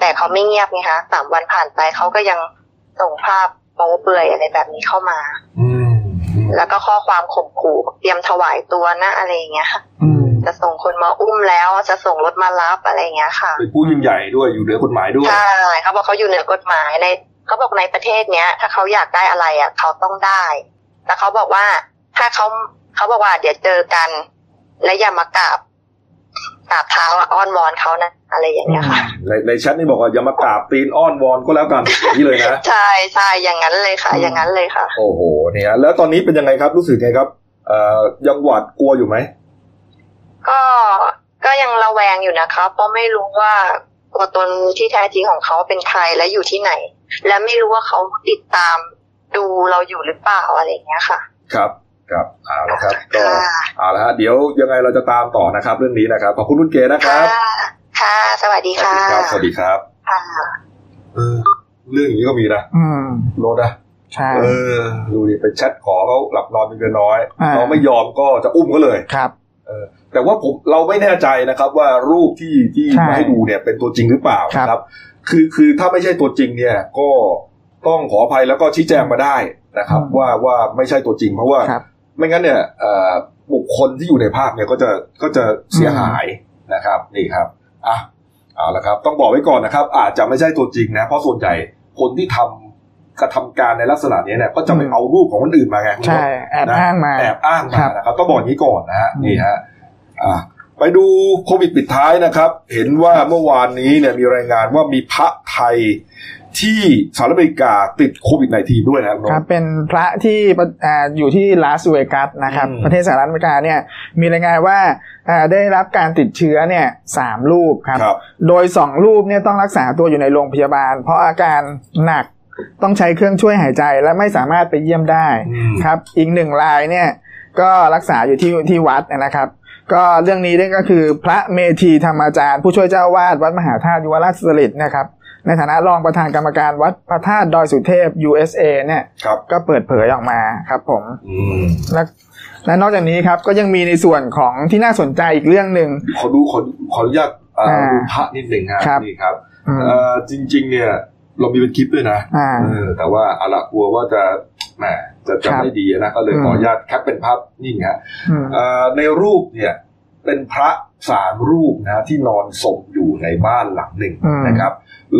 Speaker 3: แต่เขาไม่เงียบไงคะสามวันผ่านไปเขาก็ยังส่งภาพโป๊เปลือยอะไรแบบนี้เข้ามา
Speaker 1: อืมอืม
Speaker 3: แล้วก็ข้อความข่มขู่เตรียมถวายตัวนะอะไรเงี้ย
Speaker 2: อืม
Speaker 3: จะส่งคนมาอุ้มแล้วจะส่งรถมารับอะไรเงี้ยค่ะ
Speaker 1: เป็นผู้ยิ่งใหญ่ด้วยอยู่เหนือกฎหมายด้วย
Speaker 3: ใช่เขาบอกเขาอยู่เหนือกฎหมายในเขาบอกในประเทศเนี้ย ถ้าเขาอยากได้อะไรอ่ะเขาต้องได้ แล้วเขาบอกว่าถ้าเขาเขาบอกว่าเดี๋ยวเจอกัน และอย่ามากราบกราบเท้าอะอ้อนวอนเขานะอะไรอย่างเงี้ยค่ะ
Speaker 1: ในในแชทนี่บอกว่าอย่ามากราบตีนอ้อนวอนก็แล้วกันอย่างนี่เลยนะ
Speaker 3: ใช่ใช่อย่างนั้นเลยค่ะ
Speaker 2: อืม
Speaker 3: อย่างนั้นเลยค่ะ
Speaker 1: โอ้โหเนี่ยแล้วตอนนี้เป็นยังไงครับรู้สึกไงครับเอ่อยังหวาดกลัวอยู่ไหม
Speaker 3: ก็ก็ยังระแวงอยู่นะคะเพราะไม่รู้ว่าตัวตนที่แท้จริงของเขาเป็นใครและอยู่ที่ไหน และไม่รู้ว่าเขาติดตามดูเราอยู่หรือเปล่าอะไรอย่างเงี้ยค่ะ
Speaker 1: ครับครับเอาละครับก็
Speaker 3: ค่ะ
Speaker 1: เอาละฮะเดี๋ยวยังไงเราจะตามต่อนะครับ เรื่องนี้นะครับขอบคุณคุณเกนะค
Speaker 3: ค่ะ
Speaker 1: รับ
Speaker 3: ค่ะ สวัสดีค่ะ
Speaker 1: ครับสวัสดีครับ
Speaker 3: ค่ะ
Speaker 1: เออเรื่องอย่างนี้ก็มีนะ
Speaker 2: อืม
Speaker 1: โรดนะ
Speaker 2: ใช่
Speaker 1: เออดูดิไปแชทขอเขาหลับนอนเป็นเดือนน้อย
Speaker 2: อ่า
Speaker 1: เขาไม่ยอมก็จะอุ้มก็เลย
Speaker 2: ครับ
Speaker 1: แต่ว่าผมเราไม่แน่ใจนะครับว่ารูปที่ที่
Speaker 2: ใช่
Speaker 1: มาให้ดูเนี่ยเป็นตัวจริงหรือเปล่า
Speaker 2: ครับ
Speaker 1: นะครับ คือคือถ้าไม่ใช่ตัวจริงเนี่ยก็ต้องขออภัยแล้วก็ชี้แจงมาได้นะครับ ว่าว่าไม่ใช่ตัวจริงเพราะว่า
Speaker 2: ครับ
Speaker 1: ไม่งั้นเนี่ยเอ่อบุคคลที่อยู่ในภาพเนี่ยก็จะก็จะเสียหายนะครับนี่ครับอ่ะเอาละครับ ต้องบอกไว้ก่อนนะครับ อาจจะไม่ใช่ตัวจริงนะเพราะส่วนใหญ่คนที่ทำกระทำการในลักษณะเนี้ยเนี่ยก็จะไป
Speaker 2: อืม
Speaker 1: เอารูปของคนอื่นมาไงคุณ
Speaker 2: ใช่
Speaker 1: ผู้ชม
Speaker 2: แอบอ้างมา
Speaker 1: แอบอ้าง
Speaker 2: ครั
Speaker 1: มา
Speaker 2: บ
Speaker 1: นะครับต้องบอกอย่างนี้ก่อนนะฮะ
Speaker 2: อืม
Speaker 1: นี่ฮะอ่ะไปดูโควิดปิดท้ายนะครับ เห็นว่าเมื่อวานนี้เนี่ยมีรายงานว่ามีพระไทย ที่สหรัฐอเมริกาติดโควิด -19 ด้วยนะครับ
Speaker 2: ครับเป็นพระที่ประอ่าอยู่ที่ลาสเวกัสนะครับ
Speaker 1: อืม
Speaker 2: ประเทศสหรัฐอเมริกาเนี่ยมีรายงานว่าอ่าได้รับการติดเชื้อเนี่ยสามรูปครับ
Speaker 1: ครับ
Speaker 2: โดยสองรูปเนี่ยต้องรักษาตัวอยู่ในโรงพยาบาล เพราะอาการหนักต้องใช้เครื่องช่วยหายใจและไม่สามารถไปเยี่ยมได้ครับ อีกหนึ่งรายเนี่ยก็รักษาอยู่ที่ที่วัดนะครับ ก็เรื่องนี้เนี่ยก็คือพระเมธีธรรมอาจารย์ ผู้ช่วยเจ้าวาดวัดมหาธาตุยุวราชสฤษดิ์นะครับ ในฐานะรองประธานกรรมการวัดพระธาตุดอยสุเทพ USA เนี่ย
Speaker 1: ครับ
Speaker 2: ก็เปิดเผยออกมาครับผม
Speaker 1: อืม
Speaker 2: และและนอกจากนี้ครับก็ยังมีในส่วนของที่น่าสนใจอีกเรื่องหนึ่ง
Speaker 1: ขอดูขอขออนุญาตเอ่อ
Speaker 2: อ่า
Speaker 1: ดูพระนิดหนึ่งฮะ
Speaker 2: ครับ
Speaker 1: นี่ครับ
Speaker 2: อืม
Speaker 1: เอ่อจริง ๆ เนี่ยเรามีเป็นคลิปด้วยนะ
Speaker 2: อ่า
Speaker 1: เออแต่ว่าเอาละกลัวว่าจะแหมจะจะ
Speaker 2: ครับ
Speaker 1: ไม่ดีนะก็เลยขออ
Speaker 2: ม
Speaker 1: นุญาตแคปเป็นภาพนิ่งฮะ
Speaker 2: อืม
Speaker 1: เอ่อในรูปเนี่ยเป็นพระสามรูปนะที่นอนศพอยู่ในบ้านหลังหนึ่ง
Speaker 2: อืม
Speaker 1: นะครับ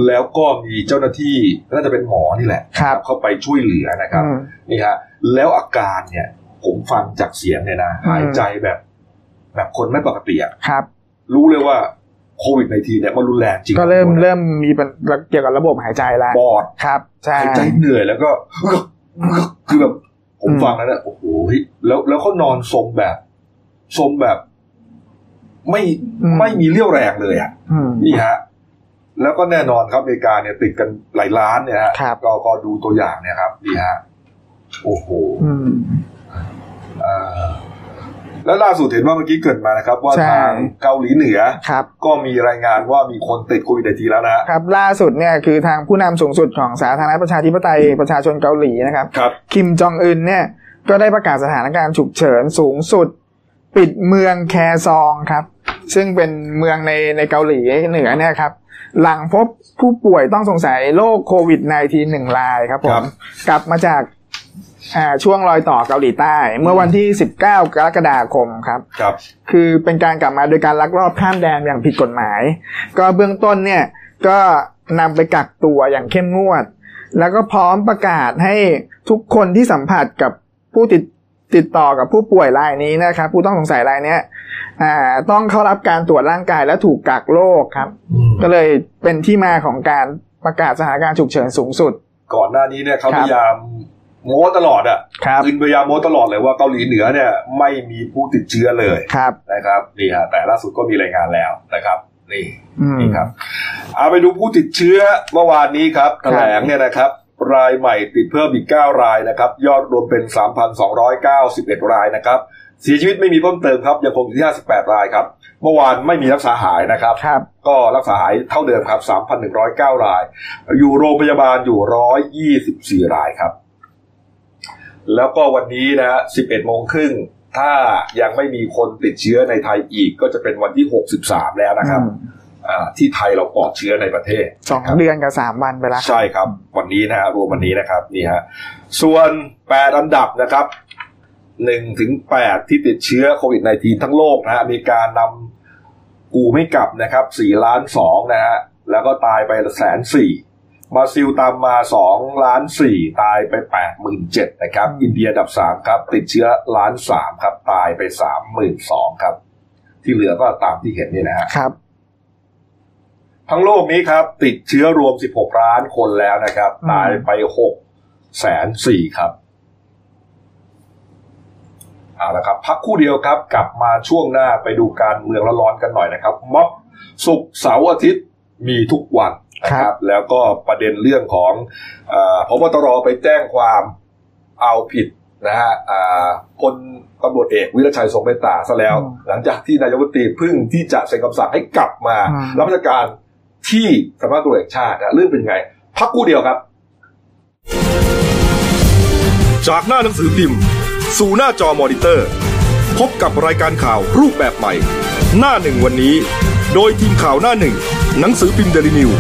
Speaker 1: แล้วก็มีเจ้าหน้าที่น่าจะเป็นหมอนี่แหละ
Speaker 2: ครับ
Speaker 1: เข้าไปช่วยเหลือนะครับ
Speaker 2: อืม
Speaker 1: นี่ฮะแล้วอาการเนี่ย ผมฟังจากเสียงเนี่ยนะ
Speaker 2: อืม
Speaker 1: หายใจแบบ แบบคนไม่ปกติอะ
Speaker 2: ครับ
Speaker 1: รู้เลยว่าโควิดในทีเนี่ยมันรุนแรงจริง
Speaker 2: ก็เริ่ม
Speaker 1: นะ
Speaker 2: เริ่มมีปัญหาเกี่ยวกับระบบหายใจแล้ว
Speaker 1: ปอด
Speaker 2: ครับใช่
Speaker 1: หายใจเหนื่อยแล้วก็ คือแบบผม
Speaker 2: อืม
Speaker 1: ฟังแล้วเนี่ยโอ้โหเฮ้ยแล้วแล้วเขานอนทรงแบบทรงแบบ ไม่ไม่มีเรี่ยวแรงเลยอ่ะ
Speaker 2: อืม
Speaker 1: นี่ฮะ แล้วก็แน่นอนครับอเมริกาเนี่ยติดกันหลายล้านเนี่ยฮะ
Speaker 2: ครับ
Speaker 1: ก็ก็ดูตัวอย่างเนี่ยครับนี่ฮะโอ้โห
Speaker 2: อืม
Speaker 1: อ่าแล้วล่าสุดเห็นว่าเมื่อกี้เกริดมานะครับ ว่า
Speaker 2: ใช่
Speaker 1: ทางเกาหลีเหนือ
Speaker 2: ครับ
Speaker 1: ก็มีรายงานว่ามีคนติดโควิดในทีแล้วนะฮะ
Speaker 2: ครับล่าสุดเนี่ยคือทางผู้นำสูงสุดของสาธารณรัฐประชาธิปไตยประชาชนเกาหลีนะครับ
Speaker 1: ครับ
Speaker 2: คิมจองอึนเนี่ยก็ได้ประกาศสถานการณ์ฉุกเฉินสูงสุด ปิดเมืองแคซองครับ ซึ่งเป็นเมืองในในเกาหลีเหนือเนี่ยครับ หลังพบผู้ป่วยต้องสงสัยโรคโควิด -19 หนึ่งรายครับผมกลับมาจากอ่าช่วงรอยต่อเกาหลีใต้ เมื่อวันที่ 19 กรกฎาคมครับ
Speaker 1: ครับ
Speaker 2: คือเป็นการกลับมาโดยการลักลอบข้ามแดนอย่างผิดกฎหมาย ก็เบื้องต้นเนี่ยก็นำไปกักตัวอย่างเข้มงวด แล้วก็พร้อมประกาศให้ทุกคนที่สัมผัสกับผู้ติดติดต่อกับผู้ป่วยรายนี้นะครับ ผู้ต้องสงสัยรายเนี้ยอ่าต้องเข้ารับการตรวจร่างกายและถูกกักโรคครับ ก็เลยเป็นที่มาของการประกาศสถานการณ์ฉุกเฉินสูงสุด
Speaker 1: ก่อนหน้านี้เนี่ยเขา
Speaker 2: ครั
Speaker 1: พ
Speaker 2: บ
Speaker 1: ยายามโม้ตลอดอ่ะ
Speaker 2: ครับ
Speaker 1: อินพยายามโม้ตลอดเลยว่าเกาหลีเหนือเนี่ย ไม่มีผู้ติดเชื้อเลย
Speaker 2: ครับ
Speaker 1: นะครับนี่ฮะแต่ล่าสุดก็มีรายงานแล้วนะครับ นี่
Speaker 2: อืม
Speaker 1: นี่ครับเอาไปดูผู้ติดเชื้อเมื่อวานนี้ครับแถลงเนี่ยนะครับ รายใหม่ติดเพิ่มอีก 9 รายนะครับ ยอดรวมเป็น 3,291 รายนะครับเสียชีวิตไม่มีเพิ่มเติมครับ ยังคงอยู่ที่ 58 รายครับ เมื่อวานไม่มีรักษาหายนะครับ
Speaker 2: ครับ
Speaker 1: ก็รักษาหายเท่าเดิมครับ 3,109 ราย อยู่โรงพยาบาลอยู่ 124 รายครับ แล้วก็วันนี้นะฮะ11โมงครึ่ง ถ้ายังไม่มีคนติดเชื้อในไทยอีกก็จะเป็นวันที่ 63 แล้วนะครับ
Speaker 2: อืม
Speaker 1: อ่าที่ไทยเราปลอดเชื้อในประเทศ
Speaker 2: สองเดือนกับสามวันไปแล้ว
Speaker 1: ใช่ครับ วันนี้นะฮะรวมวันนี้นะครับนี่ฮะส่วนแปดอันดับนะครับหนึ่งถึงแปดที่ติดเชื้อโควิด -19 ทั้งโลกนะฮะอเมีการนำกูไม่กลับนะครับสี่ล้านสองนะฮะแล้วก็ตายไปแสนสี่บราซิลตามมาสองล้านสี่ตายไปแปดหมื่นเจ็ดนะครับ อินเดียอันดับสามครับ ติดเชื้อล้านสามครับ ตายไปสามหมื่นสองครับ ที่เหลือก็ตามที่เห็นเนี่ยนะฮะ
Speaker 2: ครับ
Speaker 1: ทั้งโลกนี้ครับ ติดเชื้อรวม 16 ล้านคนแล้วนะครับ
Speaker 2: อืม
Speaker 1: ตายไป6แสนสี่ครับเอาละครับ พักครู่เดียวครับ กลับมาช่วงหน้าไปดูการเมืองร้อนๆกันหน่อยนะครับ ม็อบสุกร์เสาร์อาทิตย์มีทุกวันนะครับ แล้วก็ประเด็นเรื่องของเออพบตรไปแจ้งความเอาผิดนะฮะเอ่อพลตำรวจเอกวิรชัยทรงเมตตาซะแล้ว
Speaker 2: อืม
Speaker 1: หลังจากที่นายกรัฐมนตรีเพึ่งที่จะเซ็นคำสั่งให้กลับมา
Speaker 2: อืม
Speaker 1: รับราชการที่สำนักงานตำรวจแห่งชาตินะเรื่องเป็นไง พักกู้เดียวครับ จากหน้าหนังสือพิมพ์ สู่หน้าจอมอนิเตอร์ พบกับรายการข่าวรูปแบบใหม่ หน้าหนึ่งวันนี้ โดยทีมข่าวหน้าหนึ่ง หนังสือพิมพ์เดลิวิว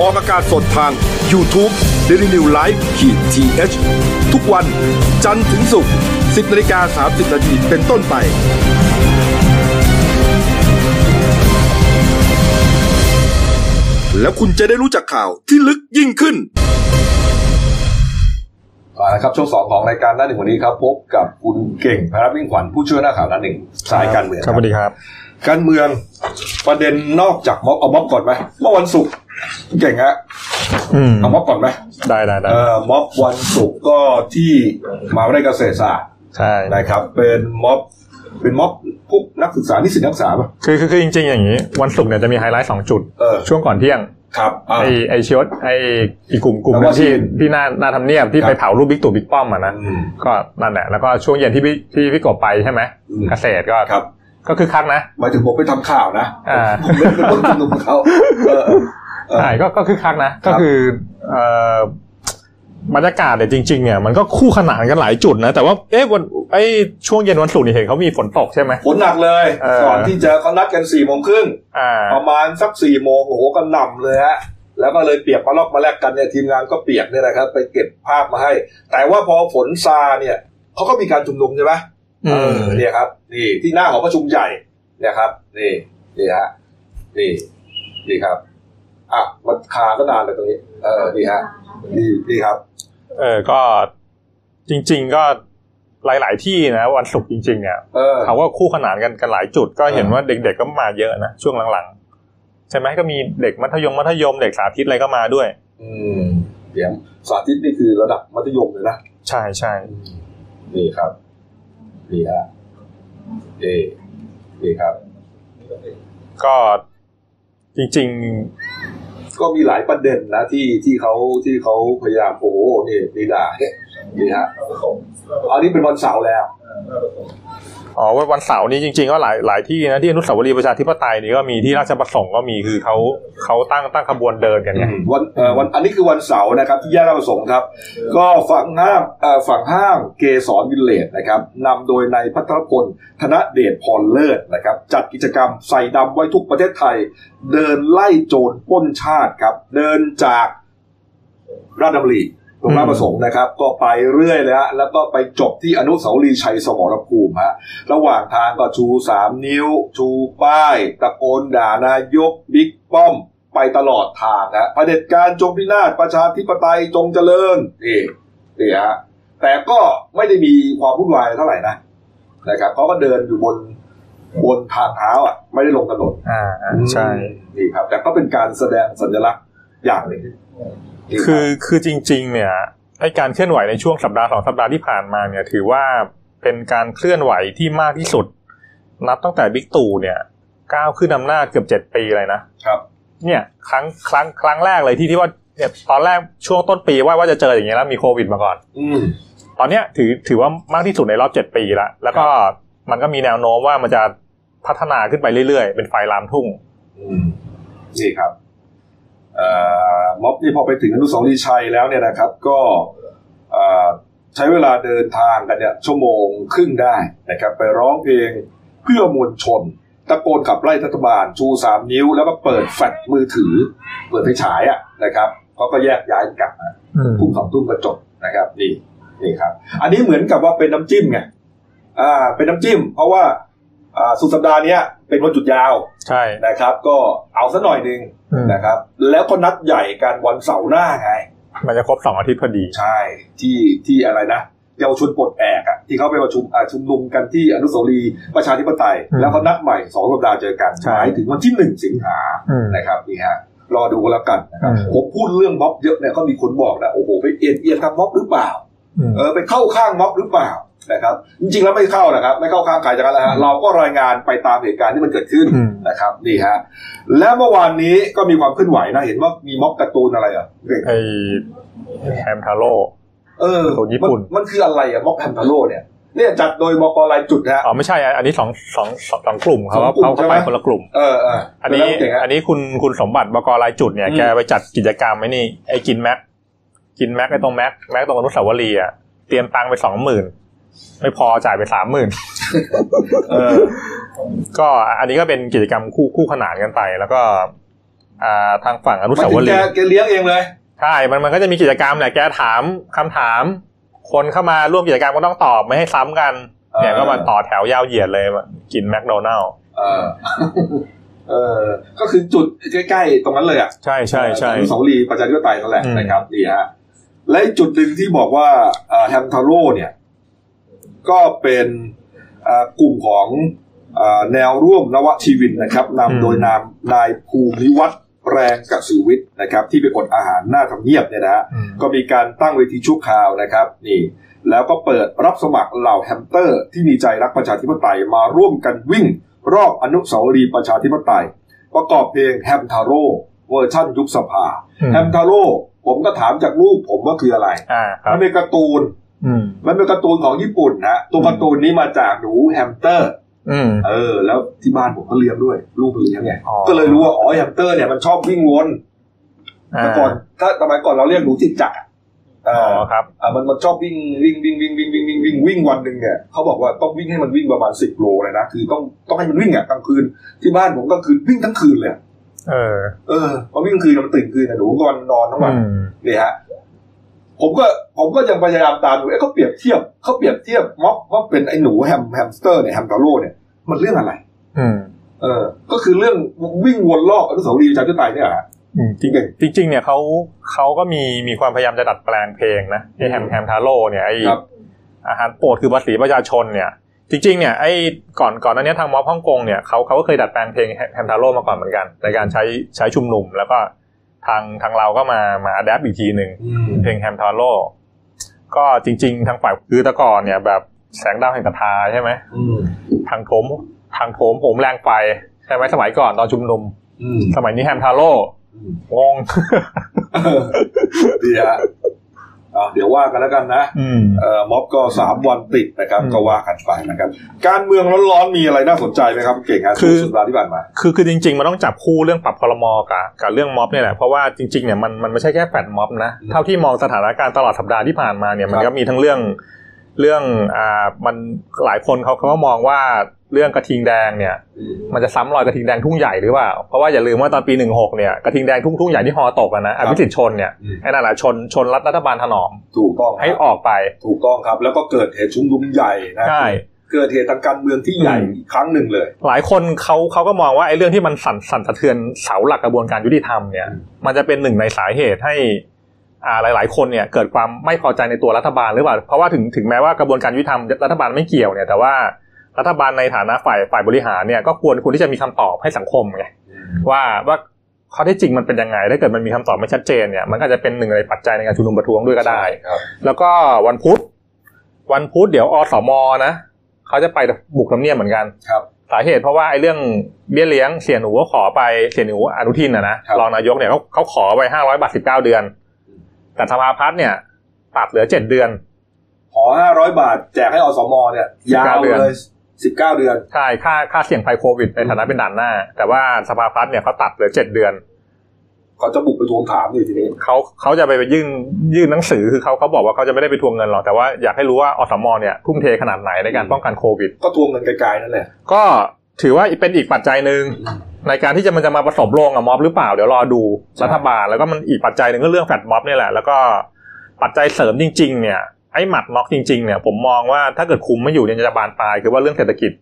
Speaker 1: ออกอากาศสดทาง y o u t u เดลิวิวไลฟ์ขีดทีเทุกวันจันทร์ถึงศุกร์10นาฬิกา30นาทีเป็นต้นไป แล้วคุณจะได้รู้จักข่าวที่ลึกยิ่งขึ้นมาแล้วครับช่วงสองของรายการหน้าหนึ่งวันนี้ครับ พบกับคุณเก่งพระรัตน์วิ่งขวัญผู้ช่วยหน้าข่าวหน้าหนึ่งสายการเมือง
Speaker 4: ครับสวัสดีครับ
Speaker 1: การเมืองประเด็นนอกจากม็อบเอาม็อบก่อนไหมเมื่อวันศุกร์ เก่งฮะ
Speaker 4: อืม
Speaker 1: เอาม็อบก่อนไหม
Speaker 4: ได้ได้ได้
Speaker 1: เอ่อม็อบวันศุกร์ก็ที่มหาวิทยาลัยเกษตรศาสตร์
Speaker 4: ใช่
Speaker 1: นะครับ เป็นม็อบเป็นม็อบพวกนักศึกษานิสิตนักศึกษาป่ะ
Speaker 4: คือคือคือจริงๆอย่างนี้ วันศุกร์เนี่ยจะมีไฮไลท์สองจุด
Speaker 1: เออ
Speaker 4: ช่วงก่อนเที่ยง
Speaker 1: ครับอ่า
Speaker 4: ไอไอเชียวไออีกกลุ่มกลุ่ม
Speaker 1: แล้ว
Speaker 4: ห
Speaker 1: ก็
Speaker 4: นึ่งที่
Speaker 1: ที่
Speaker 4: ที่หน้าหน้าทำเนียบ
Speaker 1: ค
Speaker 4: ที่
Speaker 1: รับ
Speaker 4: ไปเผารูปบิ๊กตู่บิ๊กป้อมอ่ะนะ
Speaker 1: อืม
Speaker 4: ก็นั่นแหละแล้วก็ช่วงเย็นที่พี่ที่พี่กบไปใช่ไหม
Speaker 1: อืม
Speaker 4: เกษตรก็
Speaker 1: ครับ
Speaker 4: ก็คือคักนะ
Speaker 1: หมายถึงผมไปทำข่าวนะ
Speaker 4: อ่า
Speaker 1: ผมไม่เป็นคนชุมนุมเขาเออเออเออ
Speaker 4: ใช่ก็ก็คือคักนะ ก็คือเอ่อบรรยากาศเนี่ยจริง ๆ เนี่ยมันก็คู่ขนานกันหลายจุดนะ แต่ว่าเอ๊ะวันไอช่วงเย็นวันศุกร์เนี่ยเห็นเขามีฝนตกใช่ไหม
Speaker 1: ฝนหนักเลย
Speaker 4: เออ
Speaker 1: ก่อนที่จะเขานัดกันสี่โมงครึ่ง
Speaker 4: อ่า
Speaker 1: ประมาณสักสี่โมงโอ้โหก็หนำเลยฮะแล้วก็เลยเปียกมาลอกมาแลกกันเนี่ยทีมงานก็เปียกเนี่ยนะครับ ไปเก็บภาพมาให้ แต่ว่าพอฝนซาเนี่ยเขาก็มีการชุมนุมใช่ไหม
Speaker 4: อื
Speaker 1: เอ
Speaker 4: ม
Speaker 1: อเนี่ยครับ นี่ที่หน้าหอประชุมใหญ่เนะครับนี่นี่ฮะนี่นี่ครับอ่ะมันคาก็นานเลยตรงนี้ เออนี่ฮะนี่นี่ครับ
Speaker 4: เออก็จริง ๆ ก็หลาย ๆ ที่นะ วันศุกร์จริง ๆ เนี่ย
Speaker 1: เออ
Speaker 4: เขาก็คู่ขนานกันกันหลายจุดก็เห็น
Speaker 1: เออ
Speaker 4: ว่าเด็กๆก็มาเยอะนะ ช่วงหลังๆ ใช่ไหมก็มีเด็กมัธยมมัธยมเด็กสาธิตอะไรก็มาด้วย
Speaker 1: อืมเดี๋ยวสาธิตนี่คือระดับมัธยมเลยนะ
Speaker 4: ใช่ใช่
Speaker 1: นี่ครับนี่ฮะเอนี่ครับ
Speaker 4: ก็จริง ๆ
Speaker 1: ก็มีหลายประเด็นนะที่ที่เขาที่เขาพยายามโอ้โหนี่นี่ด่าเนี่ยนี่ฮะอันนี้เป็นวันเสาร์แล้ว
Speaker 4: อ๋อวันวันเสาร์นี้จริง ๆ ก็หลายหลายที่นะที่อนุสาวรีย์ประชาธิปไตยนี่ก็มีที่ราชประสงค์ก็มีคือเขาเขาตั้งตั้งขบวนเดินกันไง
Speaker 1: วันเอ่อวันอันนี้คือวันเสาร์นะครับ ที่แยกราชประสงค์ครับ ก็ฝั่งห้างเอ่อฝั่งห้างเกสรวิลเลจนะครับนำโดยนายพัทรพลธนเดชพรเลิศนะครับ จัดกิจกรรมใส่ดำไว้ทุกประเทศไทย เดินไล่โจรปล้นชาติครับ เดินจากราชดำริตรงราชประสงค์นะครับ ก็ไปเรื่อยเลยฮะแล้วก็ไปจบที่อนุสาวรีย์ชัยสมรภูมิฮะ ระหว่างทางก็ชูสามนิ้ว ชูป้าย ตะโกนด่านายกบิ๊กป้อม ไปตลอดทางฮะเผด็จการจงพินาศประชาธิปไตยจงเจริญนี่นี่ฮะแต่ก็ไม่ได้มีความวุ่นวายเท่าไหร่นะนะครับเขาก็เดินอยู่บนบนทางเท้าอ่ะ ไม่ได้ลงถนน
Speaker 4: อ่าใช่
Speaker 1: นี่ครับ แต่ก็เป็นการแสดงสัญลักษณ์อย่างหนึ่งนี่รับ
Speaker 4: คือคือจริง ๆ เนี่ยไอการเคลื่อนไหวในช่วงสัปดาห์สองสัปดาห์ที่ผ่านมาเนี่ย ถือว่าเป็นการเคลื่อนไหวที่มากที่สุด นับตั้งแต่บิ๊กตู่เนี่ยก้าวขึ้นอำนาจเกือบเจ็ดปีเลยนะครับ เนี่ยครั้งครั้งครั้งแรกเลยที่ที่ว่าเนี่ยตอนแรกช่วงต้นปีว่าว่าจะเจออย่างเงี้ยแล้วมีโควิดมาก่อน
Speaker 1: อืม
Speaker 4: ตอนเนี้ยถือถือว่ามากที่สุดในรอบเจ็ดปีละแล้วก็มันก็มีแนวโน้มว่ามันจะพัฒนาขึ้นไปเรื่อยๆ เป็นไฟลามทุ่ง
Speaker 1: อืมนี่ครับเอ่อม็อบนี่พอไปถึงอนุสาวรีย์ชัยแล้วเนี่ยนะครับ ก็เอ่อใช้เวลาเดินทางกันเนี่ยชั่วโมงครึ่งได้นะครับ ไปร้องเพลงเพื่อมวลชน ตะโกนขับไล่รัฐบาลชูสามนิ้ว แล้วก็เปิดแฟลชมือถือ เปิดไฟฉายอะนะครับเขาก็แยกย้ายกลับมาทุ่มสองทุ่มกระจบนะครับ นี่นี่ครับ อันนี้เหมือนกับว่าเป็นน้ำจิ้มไงอ่า เป็นน้ำจิ้ม เพราะว่าอ่าสุดสัปดาห์เนี้ยเป็นวันจุดยาว
Speaker 4: ใช่
Speaker 1: นะครับก็เอาซะหน่อยหนึ่ง
Speaker 4: อืม
Speaker 1: นะครับ แล้วก็นัดใหญ่กันวันเสาร์หน้าไง
Speaker 4: มันจะครบสองอาทิตย์พอดี
Speaker 1: ใช่ที่ที่อะไรนะเยาวชนปลดแอกอะที่เขาไปประชุมอ่าชุมนุมกันที่อนุสาวรีย์ประชาธิปไตย
Speaker 4: อืม
Speaker 1: แล้วเขานัดใหม่สองสัปดาห์เจอกัน
Speaker 4: ใช่
Speaker 1: หมายถึงวันที่หนึ่งสิงหา
Speaker 4: อืม
Speaker 1: นะครับนี่ฮะรอดูกันแล้วกันนะครับ
Speaker 4: อืม
Speaker 1: ผมพูดเรื่องม็อบเยอะเนี่ยก็มีคนบอกนะโอ้โหไปเอียนเอียนทางม็อบหรือเปล่า
Speaker 4: อืม
Speaker 1: เออไปเข้าข้างม็อบหรือเปล่านะครับ จริงๆแล้วไม่เข้านะครับ ไม่เข้าข้างใครจากนั้นแหละฮะเราก็รายงานไปตามเหตุการณ์ที่มันเกิดขึ้น
Speaker 4: อืม
Speaker 1: นะครับนี่ฮะแล้วเมื่อวานนี้ก็มีความเคลื่อนไหวนะเห็นว่ามีม็อบการ์ตูนอะไรอ่ะ
Speaker 4: ไอแฮมทาโร่
Speaker 1: เออ
Speaker 4: การ์ตูนญี่ปุ่น
Speaker 1: มัมันคืออะไรอ่ะม็อบแฮมทาโร่เนี่ยเนี่ยจัดโดยบกรายจุดนะฮะ
Speaker 4: อ๋อไม่ใช่อันอันนี้สองสองสองสองกลุ่มเขา
Speaker 1: สองกลุ่ม
Speaker 4: เขาเข้าไป
Speaker 1: ใช่ไหม
Speaker 4: คนละกลุ่ม
Speaker 1: เออเออ
Speaker 4: อั
Speaker 1: อั
Speaker 4: นนี้อันนี้คุณคุณสมบัติบกรายจุดเนี่ย
Speaker 1: อืม
Speaker 4: แกไปจัดกิจกรรมไอ้นี่ไอ้กินแม็กกินแม็กไอ้ตรงแม็กแม็กตรงอนุสาวรีย์อ่ะเตรียมตังค์ไปสองหมื่นไม่พอจ่ายไปสามหมื่น
Speaker 1: เออ
Speaker 4: ก็อันนี้ก็เป็นกิจกรรมคู่คู่ขนานกันไป แล้วก็อ่าทางฝั่งอนุ
Speaker 1: มา
Speaker 4: สา
Speaker 1: ถึ
Speaker 4: ว
Speaker 1: งแก
Speaker 4: รีย์
Speaker 1: แกเลี้ยงเองเลย
Speaker 4: ใช่มันมันก็จะมีกิจกรรมแหละแกถามคำถาม คนเข้ามาร่วมกิจกรรมก็ต้องตอบไม่ให้ซ้ำกันเนี่ยก็มาต่อแถวยาวเหยียดเลยกินแมคโดนัล
Speaker 1: เออเออก็คือจุดใกล้ๆตรงนั้นเลยอ่ะ
Speaker 4: ใช่ใช่ใช่
Speaker 1: อนุสาวรีย์ประชาธิปไตยนั่นแหละ
Speaker 4: อืม
Speaker 1: นะครับนี่ฮะและอีกจุดหนึ่งที่บอกว่าเอ่อแฮมทาโร่เนี่ย ก็เป็นเอ่อกลุ่มของเอ่อแนวร่วมนวชีวินนะครับนำโดยนามนายภูมิวัฒน์ แรงกับสุวิทย์นะครับ ที่ไปกดอาหารหน้าทำเนียบเนี่ยนะฮะ
Speaker 4: อืม
Speaker 1: ก็มีการตั้งเวทีชั่วคราวนะครับนี่แล้วก็เปิดรับสมัครเหล่าแฮมสเตอร์ ที่มีใจรักประชาธิปไตยมาร่วมกันวิ่ง รอบอนุสาวรีย์ประชาธิปไตย ประกอบเพลงแฮมทาโร่เวอร์ชั่นยุบสภาแฮมทาโร่ผมก็ถามจากลูกผมว่าคืออะไร
Speaker 4: อ่าครับ
Speaker 1: มันเป็นการ์ตูน
Speaker 4: อืม
Speaker 1: มันเป็นการ์ตูนของญี่ปุ่นนะตัวการ์ตูนนี้มาจากหนูแฮมสเตอร์
Speaker 4: อืม
Speaker 1: เออ แล้วที่บ้านผมก็เลี้ยงด้วยลูกมันเลี้ยงไง
Speaker 4: อ๋อ
Speaker 1: ก็เลยรู้ว่าอ๋อแฮมสเตอร์เนี่ยมันชอบวิ่งวน
Speaker 4: อ่า
Speaker 1: เมื่อก่อนถ้าสมัยก่อนเราเรียกหนูจิกจักรอะเอ
Speaker 4: อ๋
Speaker 1: อ
Speaker 4: อครับ
Speaker 1: อ่ามันมันชอบวิ่งวิ่งวิ่งวิ่งวิ่งวิ่งวิ่งวิ่งวิ่งวันหนึ่งเนี่ยเขาบอกว่าต้องวิ่งให้มันวิ่งประมาณสิบโลเลยนะคือต้องต้องให้มันวิ่งอ่ะกลางคืนที่บ้านผมกลางคืนวิ่งทั้งคืนเลยอะ
Speaker 4: เออ
Speaker 1: เออพอวิ่งคืนมันตื่นคืนนะหนูก่อนนอนทั้งวัน
Speaker 4: อืม
Speaker 1: นี่ฮะผมก็ผมก็ยังพยายามตามดูเอ๊ะเขาเปรียบเทียบเขาเปรียบเทียบม็อบว่าเป็นไอ้หนูแฮมแฮมสเตอร์เนี่ยแฮมตาโร่เนี่ยมันเรื่องอะไร
Speaker 4: อืม
Speaker 1: เออ ก็คือเรื่องวิ่งวนรอบอนุสาวรีย์ประชาธิปไตยเนี่ยแหละฮะ
Speaker 4: อืมจริงจริง ๆ เนี่ยเขาเขาก็มีมีความพยายามจะดัดแปลงเพลงนะไอแฮมแฮมทาโร่เนี่ยไอ
Speaker 1: ครับ
Speaker 4: อาหารโปรดคือภาษีประชาชนเนี่ย จริง ๆ เนี่ยไอก่อนก่อนหนั้นเนี้ยทางม็อบฮ่องกงเนี่ยเขาเขาก็เคยดัดแปลงเพลงแฮมทาโร่มาก่อนเหมือนกัน ในการใช้ใช้ชุมนุม แล้วก็ทางทางเราก็มามาอัดแอปอีกทีหนึ่ง เพลงแฮมทาโร่ก็จริง ๆ ทางฝ่ายคือแต่ก่อนเนี่ย แบบแสงดาวแห่งตาทาใช่ไหม
Speaker 1: อืม
Speaker 4: ทางโถมทางโถมผมแรงไปใช่ไหมสมัยก่อนตอนชุมนุม
Speaker 1: อืม
Speaker 4: สมัยนี้แฮมทาโร่
Speaker 1: อืม
Speaker 4: งง
Speaker 1: เอ อดีฮะอ่ะเดี๋ยวว่ากันแล้วกันนะ
Speaker 4: อืม
Speaker 1: เอ่อม็อบก็สามวันติดนะครับ
Speaker 4: อืม
Speaker 1: ก็ว่ากันไปนะครับ การเมืองร้อนๆมีอะไรน่าสนใจไหมครับเก่งครับ
Speaker 4: คือ
Speaker 1: สุดสัปดาห์ที่ผ่านมา
Speaker 4: คือคือจริง ๆ มันต้องจับคู่เรื่องปรับคลมอกับกับเรื่องม็อบเนี่ยแหละเพราะว่าจริงๆเนี่ยมันมันไม่ใช่แค่แฟดม็อบนะ
Speaker 1: อืม
Speaker 4: เท่าที่มองสถานการณ์ตลอดสัปดาห์ที่ผ่านมาเนี่ยมัน
Speaker 1: ครั
Speaker 4: ก็
Speaker 1: บ
Speaker 4: มีทั้งเรื่องเรื่องอ่ามันหลายคนเขาเขาก็มองว่าเรื่องกระทิงแดงเนี่ย มันจะซ้ำรอยกระทิงแดงทุ่งใหญ่หรือเปล่า เพราะว่าอย่าลืมว่าตอนปี 16 เนี่ยกระทิงแดงทุ่งทุ่งใหญ่ที่ฮอตกอะนะอภิสิทธิ์ชนเนี่ย
Speaker 1: อืม
Speaker 4: ไอ้นั่นแหละชนชนรัฐรัฐบาลถนอม
Speaker 1: ถูกต้อง
Speaker 4: ให้
Speaker 1: ครับ
Speaker 4: ออกไป
Speaker 1: ถูกต้องครับ แล้วก็เกิดเหตุชุมนุมใหญ่นะ
Speaker 4: ใช่
Speaker 1: เกิดเหตุทางการเมืองที่ใหญ่
Speaker 4: อืม
Speaker 1: อีกครั้งหนึ่งเลย
Speaker 4: หลายคนเขาเขาก็มองว่าไอ้เรื่องที่มันสั่นสั่นสะเทือนเสาหลักกระบวนการยุติธรรมเนี่ย
Speaker 1: อืม
Speaker 4: มันจะเป็นหนึ่งในสาเหตุให้อ่าหลาย ๆ คนเนี่ยเกิดความไม่พอใจในตัวรัฐบาลหรือเปล่า เพราะว่าถึงถึงแม้ว่ากระบวนการยุติธรรมรัฐบาลไม่เกี่ยวเนี่ยแต่ว่ารัฐบาลในฐานะฝ่ายฝ่ายบริหารเนี่ยก็ควรควรที่จะมีคำตอบให้สังคมไง ว่าว่าข้อเท็จจริงมันเป็นยังไงถ้าเกิดมันมีคำตอบไม่ชัดเจนเนี่ยมันก็อาจจะเป็นหนึ่งในปัจจัยในการชุมนุมประท้วงด้วยก็ได้
Speaker 1: ครับ
Speaker 4: แล้วก็วันพุธวันพุธเดี๋ยวอสมนะเขาจะไปบุกทำเนียบเหมือนกัน
Speaker 1: ครับ
Speaker 4: สาเหตุเพราะว่าไอ้เรื่องเบี้ยเลี้ยงเสียหนูก็ขอไปเสียหนูอนุทินนะนะครับ รองนายกเนี่ยเขาเขาขอไปห้าร้อยบาทสิบเก้าเดือน แต่สภาพัฒน์เนี่ยตัดเหลือเจ็ดเดือน
Speaker 1: ขอห้าร้อยบาทแจกให้อสมเนี่ยยาว
Speaker 4: 19เดือน
Speaker 1: เลยสิบเก้าเดือน
Speaker 4: ใช่ค่าค่าเสี่ยงภัยโควิดในฐานะเป็นด่านหน้า แต่ว่าสภาพัฒน์เนี่ยเขาตัดเหลือเจ็ดเดือน
Speaker 1: เขาจะบุกไปทวงถามนี่ทีนี้
Speaker 4: เขาเขาจะไปยื่นยื่นหนังสือคือเขาเขาบอกว่าเขาจะไม่ได้ไปทวงเงินหรอกแต่ว่าอยากให้รู้ว่าอสมเนี่ยทุ่มเทขนาดไหนในการป้องกันโควิด
Speaker 1: ก็ทวงเงินไกลๆนั่นแหละ
Speaker 4: ก็ถือว่าเป็นอีกปัจจัยหนึ่งในการที่จะมันจะมาผสมโรงกับม็อบหรือเปล่าเดี๋ยวรอดู
Speaker 1: ใช่
Speaker 4: รัฐบาลแล้วก็มันอีกปัจจัยหนึ่งก็เรื่องแฟดม็อบเนี่ยแหละ แล้วก็ปัจจัยเสริมจริง ๆ เนี่ยไอ้หมัดม็อกจริงๆเนี่ยผมมองว่าถ้าเกิดคุมไม่อยู่เนี่ยจะบานปลายคือว่าเรื่องเศรษฐกิจ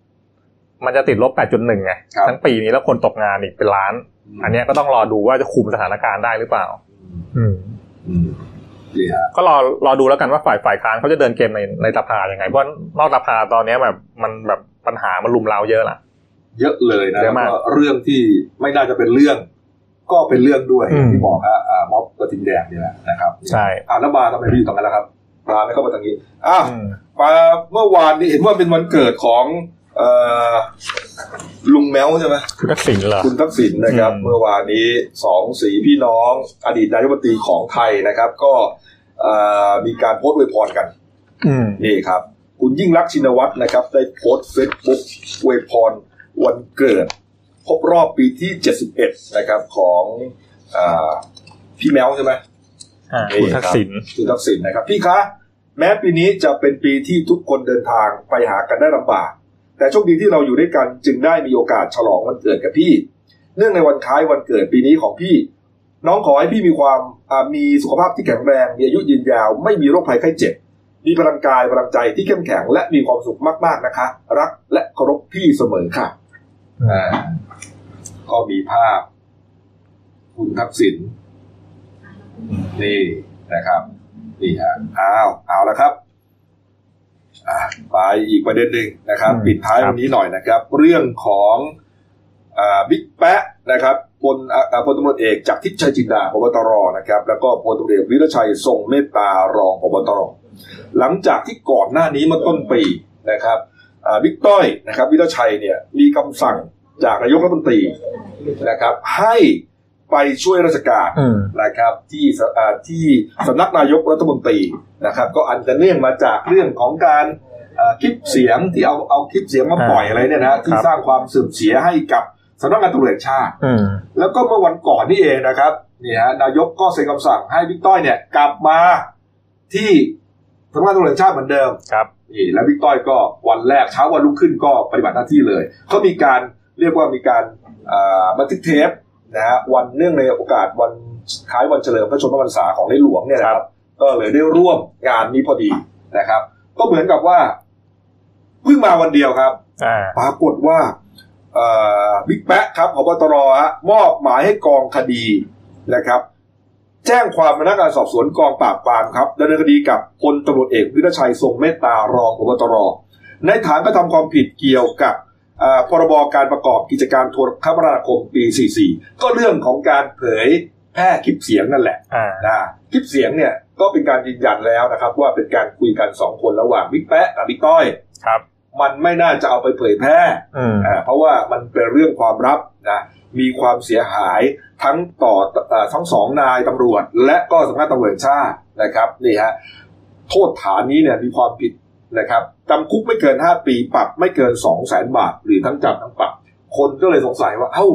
Speaker 4: มันจะติดลบ 8.1ไงทั้งปีนี้แล้วคนตกงานอีกเป็นล้าน อันเนี้ยก็ต้องรอดูว่าจะคุมสถานการณ์ได้หรือเปล่า อืม
Speaker 1: อืมนี่ฮะ
Speaker 4: ก็รอรอดูแล้วกันว่าฝ่ายฝ่ายค้านเขาจะเดินเกมในในสภายังไง เพราะนอกสภาตอนเนี้ยแบบมันแบบปัญหามันลุมเร้าเยอะละ
Speaker 1: เยอะเลยนะ
Speaker 4: เย
Speaker 1: แล้ว
Speaker 4: อะมาก
Speaker 1: ก็เรื่องที่ไม่น่าจะเป็นเรื่อง ก็เป็นเรื่องด้วย
Speaker 4: อืม
Speaker 1: ที่บอกฮะอ่าม็อบกระทิงแดงเนี่ยแหละนะครับ
Speaker 4: ใช่
Speaker 1: อ่าแล้วบาร์ทำไมไปอยู่ตรงนั้นล่ะครับบาร์ไม่เข้ามาทางนี้อ่า
Speaker 4: อืม
Speaker 1: บาร์เมื่อวานนี้เห็นว่าเป็นวันเกิดของเอ่อลุงแมวใช่ไหม
Speaker 4: คุณทักษิณเหรอ
Speaker 1: คุณทักษิณนะครับ
Speaker 4: อืม
Speaker 1: เมื่อวานนี้สองสีพี่น้อง อดีตนายกรัฐมนตรีของไทยนะครับ ก็เอ่อมีการโพสต์อวยพรกัน
Speaker 4: อืม
Speaker 1: นี่ครับ คุณยิ่งรักษณ์ชินวัตรนะครับ ได้โพสต์เฟซบุ๊กอวยพรวันเกิดครบรอบปีที่ 71 นะครับของอาพี่แมวใช่ไหม
Speaker 4: อ่าคุณทักษิณ
Speaker 1: คุณทักษิณนะครับพี่คะแม้ปีนี้จะเป็นปีที่ทุกคนเดินทางไปหากันได้ลำบาก แต่โชคดีที่เราอยู่ด้วยกันจึงได้มีโอกาสฉลองวันเกิดกับพี่ เนื่องในวันคล้ายวันเกิดปีนี้ของพี่ น้องขอให้พี่มีความอ่ามีสุขภาพที่แข็งแรง มีอายุยืนยาว ไม่มีโรคภัยไข้เจ็บ มีพลังกายพลังใจที่เข้มแข็งและมีความสุขมากๆนะคะ รักและเคารพพี่เสมอค่ะอ่าก็มีภาพ คุณทักษิณ นี่นะครับ นี่ฮะอ้าวเอาละครับอ่ะไปอีกประเด็นหนึ่งนะครับ ปิดท้ายวันนี้หน่อยนะครับ เรื่องของอ่าบิ๊กแปะ นะครับพลอ่าอ่าพลตำรวจเอกจากทิพย์ชัยจินดาพบตรนะครับ แล้วก็พลตำรวจเอกวิรชัยทรงเมตตารองพบตรหลังจากที่ก่อนหน้านี้เมื่อต้นปีนะครับอ่าบิ๊กต้อยนะครับวิรชัยเนี่ยมีคำสั่งจากนายกรัฐมนตรีนะครับ ให้ไปช่วยราชการ
Speaker 4: อืม
Speaker 1: นะครับที่สอ่าที่สำนักนายกรัฐมนตรีนะครับ ก็อันจะเนื่องมาจากเรื่องของการเอ่อคลิปเสียงที่เอาเอาคลิปเสียงมาปล่อยอะไรเนี่ยนะที่
Speaker 4: ครับ
Speaker 1: สร้างความเสื่อมเสียให้กับสำนักงานตำรวจแห่งชาติ
Speaker 4: อืม
Speaker 1: แล้วก็เมื่อวันก่อนนี่เองนะครับนี่ฮะนายกก็เซ็นคำสั่งให้บิ๊กต้อยเนี่ยกลับมาที่สำนักงานตำรวจแห่งชาติเหมือนเดิม
Speaker 4: ครับ
Speaker 1: นี่แล้วบิ๊กต้อยก็วันแรกเช้าวันรุ่งขึ้นก็ปฏิบัติหน้าที่เลยเขามีการเรียกว่ามีการอ่าบันทึกเทปนะฮะวันเนื่องในโอกาสวันคล้ายวันเฉลิมพระชนมพรรษาของในหลวงเนี่ยนะครับ ก็เลยได้ร่วมงานนี้พอดีนะครับ ก็เหมือนกับว่าเพิ่งมาวันเดียวครับ
Speaker 4: อ่า
Speaker 1: ปรากฏว่าเอ่อบิ๊กแป๊ะครับพบตรฮะมอบหมายให้กองคดีนะครับ แจ้งความพนักงานสอบสวนกองปราบปรามครับดำเนินคดีกับพลตำรวจเอกวิรชัยทรงเมตตารองพบตรในฐานกระทำความผิดเกี่ยวกับเอ่อพรบการประกอบกิจการโทรคมนาคมปี 44 ก็เรื่องของการเผยแพร่คลิปเสียงนั่นแหละ
Speaker 4: อ่า
Speaker 1: นะคลิปเสียงเนี่ยก็เป็นการยืนยันแล้วนะครับ ว่าเป็นการคุยกันสองคนระหว่างบิ๊กแป๊ะกับบิ๊กต้อย
Speaker 4: ครับ
Speaker 1: มันไม่น่าจะเอาไปเผยแพร่
Speaker 4: อืม
Speaker 1: อ่าเพราะว่ามันเป็นเรื่องความลับนะมีความเสียหายทั้งต่อเอ่อทั้งสองนายตำรวจ และก็สำนักงานตำรวจแห่งชาตินะครับนี่ฮะโทษฐานนี้เนี่ยมีความผิดนะครับจำคุกไม่เกิน 5 ปีปรับไม่เกิน 2 0 0แสนบาท หรือทั้งจำทั้งปรับ คนก็เลยสงสัยว่าเอ้า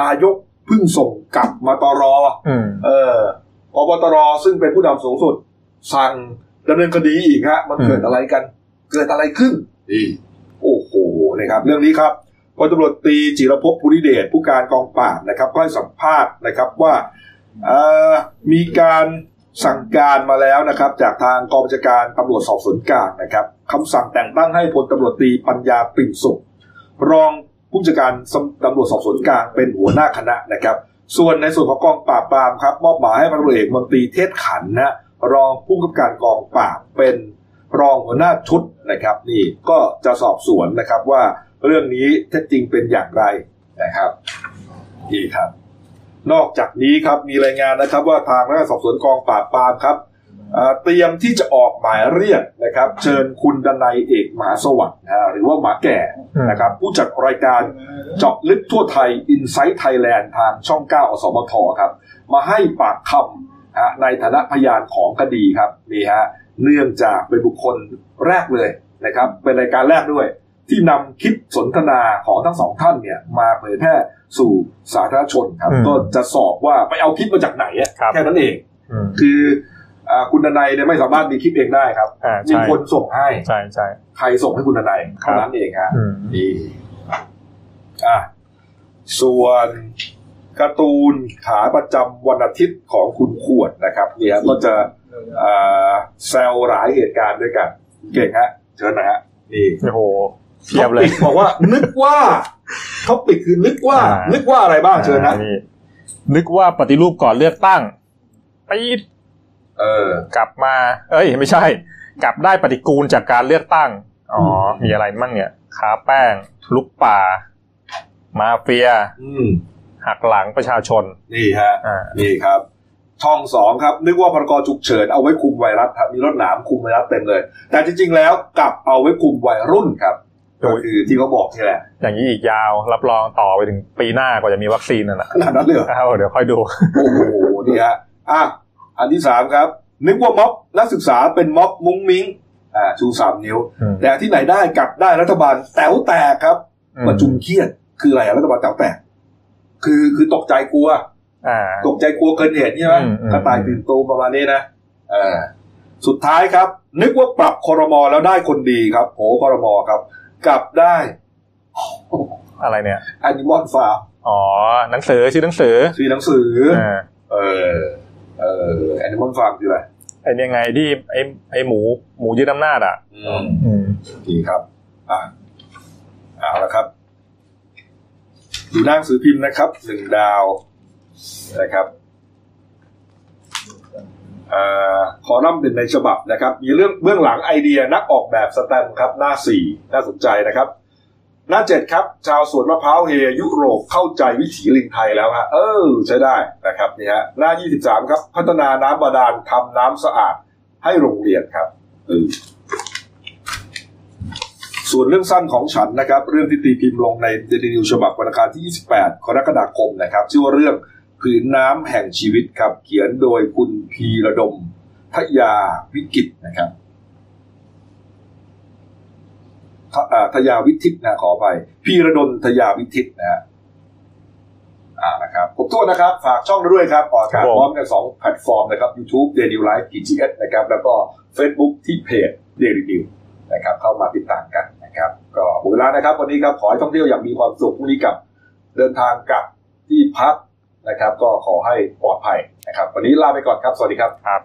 Speaker 1: นายกเพิ่งส่งกลับมาตรอ
Speaker 4: อืม
Speaker 1: เออพบตรซึ่งเป็นผู้นำสูงสุด สั่งดำเนินคดีอีกฮะ มัน
Speaker 4: อืม
Speaker 1: เกิดอะไรกัน เกิดอะไรขึ้นนี่โอ้โหนะครับ เรื่องนี้ครับพลตำรวจตรีจิรภพภูริเดชผู้การกองปราบนะครับ ก็ให้สัมภาษณ์นะครับว่าเอ่อมีการสั่งการมาแล้วนะครับ จากทางกองบัญชาการตำรวจสอบสวนกลางนะครับคำสั่งแต่งตั้งให้พลตำรวจตรีปัญญาปิ่นสุข รองผู้จัดการตำรวจสอบสวนกลางเป็นหัวหน้าคณะนะครับ ส่วนในส่วนของกองปราบปรามครับมอบหมายให้พันตำรวจเอกมนตรีเทศขันนะรองผู้กำกับการกองปราบเป็นรองหัวหน้าชุดนะครับ นี่ก็จะสอบสวนนะครับว่าเรื่องนี้เท็จจริงเป็นอย่างไรนะครับนี่ครับ นอกจากนี้ครับมีรายงานนะครับ ว่าทางพนักงานสอบสวนกองปราบปรามครับเอ่อเตรียมที่จะออกหมายเรียกนะครับ เชิญคุณดนัยเอกหมหาสวัสดิ์นะฮะหรือว่าหมาแก่ นะครับผู้จัดรายการเจาะลึกทั่วไทย i n s i ซ e Thailand ทางช่อง 9 อสมทครับ มาให้ปากคำฮะในฐานะพยานของคดีครับนี่ฮะเนื่องจากเป็นบุคคลแรกเลยนะครับ เป็นรายการแรกด้วย ที่นำคลิปสนทนาของทั้งสองท่านเนี่ย มาเผยแพร่สู่สาธารณชนครับ
Speaker 4: อืม
Speaker 1: ก็จะสอบว่าไปเอาคลิปมาจากไหนอะ
Speaker 4: ครับ
Speaker 1: แค่นั้นเอง
Speaker 4: อืม
Speaker 1: คืออ่าคุณดนัยเนี่ยไม่สามารถมีคลิปเองได้ครับ
Speaker 4: อ่า
Speaker 1: มี
Speaker 4: ใช่
Speaker 1: คนส่งให้
Speaker 4: ใช่ใช่
Speaker 1: ใครส่งให้คุณดนัย
Speaker 4: ครับ
Speaker 1: เท่านั้นเองฮะ
Speaker 4: อืม
Speaker 1: นี่อ่ะส่วนการ์ตูนขาประจำวันอาทิตย์ของคุณขวดนะครับเนี่ยก็จะอ่าแซวหลายเหตุการณ์ด้วยกัน เก่งฮะ เชิญนะฮะ นี่
Speaker 4: โอ้โหเทียบเลย
Speaker 1: ท็อปิกบอกว่า นึกว่าท็อปิกคือนึกว่า
Speaker 4: อ่านึ
Speaker 1: นึกว่าอะไรบ้างเชิญนะ
Speaker 4: อ่านึกว่าปฏิรูปก่อนเลือกตั้งปีด
Speaker 1: เออ
Speaker 4: กลับมา เอ้ย ไม่ใช่ กลับได้ปฏิกูลจากการเลือกตั้ง อ๋อ
Speaker 1: อืม
Speaker 4: มีอะไรมั่งเนี่ยค้าแป้ง ลุกป่า มาเฟีย
Speaker 1: อืม
Speaker 4: หักหลังประชาชน
Speaker 1: นี่ฮะ
Speaker 4: อ่า
Speaker 1: นี่ครับ ช่องสองครับ นึกว่าพรกฉุกเฉินเอาไว้คุมไวรัสครับมีรถหนามคุมไวรัสเต็มเลย แต่จริง ๆ แล้วกลับเอาไว้คุมวัยรุ่นครับก็คือที่เขาบอกนี่แหละ
Speaker 4: อย่างนี้อีกยาว รับรองต่อไปถึงปีหน้ากว่าจะมีวัคซีนนั่นแหละ
Speaker 1: ขนาดนั้นเลยเหรอ
Speaker 4: เอาเดี๋ยวค่อยดู
Speaker 1: โอ้โหนี่ฮะอ่ะอันที่สามครับ นึกว่าม็อบนักศึกษาเป็นม็อบมุ้งมิ้งอ่าชูสามนิ้ว
Speaker 4: อืม
Speaker 1: แต่ที่ไหนได้กลับได้รัฐบาลแต๋วแตกครับ ประชุมเครียดคืออะไรอะรัฐบาลแต๋วแตก คือคือตกใจกลัว
Speaker 4: อ่า
Speaker 1: ตกใจกลัวเกินเหตุใช่ไหม
Speaker 4: อืมอืม
Speaker 1: กระต่ายตื่นตูมประมาณนี้นะเออสุดท้ายครับ นึกว่าปรับคอรมอแล้วได้คนดีครับโหคอรมอครับ กลับได้
Speaker 4: อะไรเนี่ย
Speaker 1: อนิมอลฟาร์ม
Speaker 4: อ๋อ หนังสือชื่อหนังสือ
Speaker 1: คือหนังสือ
Speaker 4: อ่า
Speaker 1: เออ เอออนิมอลฟาร์มคืออะไร
Speaker 4: ไอ้เนี่ยไงที่ไอ้ไอ้หมูหมูยึดอำนาจอ่ะ
Speaker 1: อืม ดีครับ อ่าเอาละครับ ดูหน้าหนังสือพิมพ์นะครับ หนึ่งดาวนะครับเอ่อคอลัมน์หนึ่งในฉบับนะครับ มีเรื่องเบื้องหลังไอเดียนักออกแบบสแตมป์ครับ หน้าสี่น่าสนใจนะครับ หน้าเจ็ดครับ ชาวสวนมะพร้าวเฮยุโรปเข้าใจวิถีลิงไทยแล้วฮะเออ ใช้ได้นะครับนี่ฮะหน้ายี่สิบสามครับ พัฒนาน้ำบาดาลทำน้ำสะอาดให้โรงเรียนครับเออส่วนเรื่องสั้นของฉันนะครับ เรื่องที่ตีพิมพ์ลงในเดลินิวฉบับวันอังคารที่ 28กรกฎาคมนะครับ ชื่อว่าเรื่องผืนน้ำแห่งชีวิตครับ เขียนโดยคุณพีระดมทยาวิกิตนะครับ ทอ่าทยาวิทิตนะขอไปพีระดลทยาวิทิตนะฮะอ่านะครับผมตัวนะครับ ฝากช่องด้วยครับออกอากาศ
Speaker 4: ครับผม
Speaker 1: พร้อมกันสองแพลตฟอร์มนะครับ YouTube Daily Life GGS นะครับ แล้วก็ Facebook ที่เพจ Daily News นะครับ เข้ามาติดตามกันนะครับ ก็หมดเวลานะครับ วันนี้ครับขอให้ท่องเที่ยวอย่างมีความสุขพรุ่งนี้กลับเดินทางกลับที่พักนะครับ ก็ขอให้ปลอดภัยนะครับ วันนี้ลาไปก่อนครับสวัสดีครับ
Speaker 4: ครับ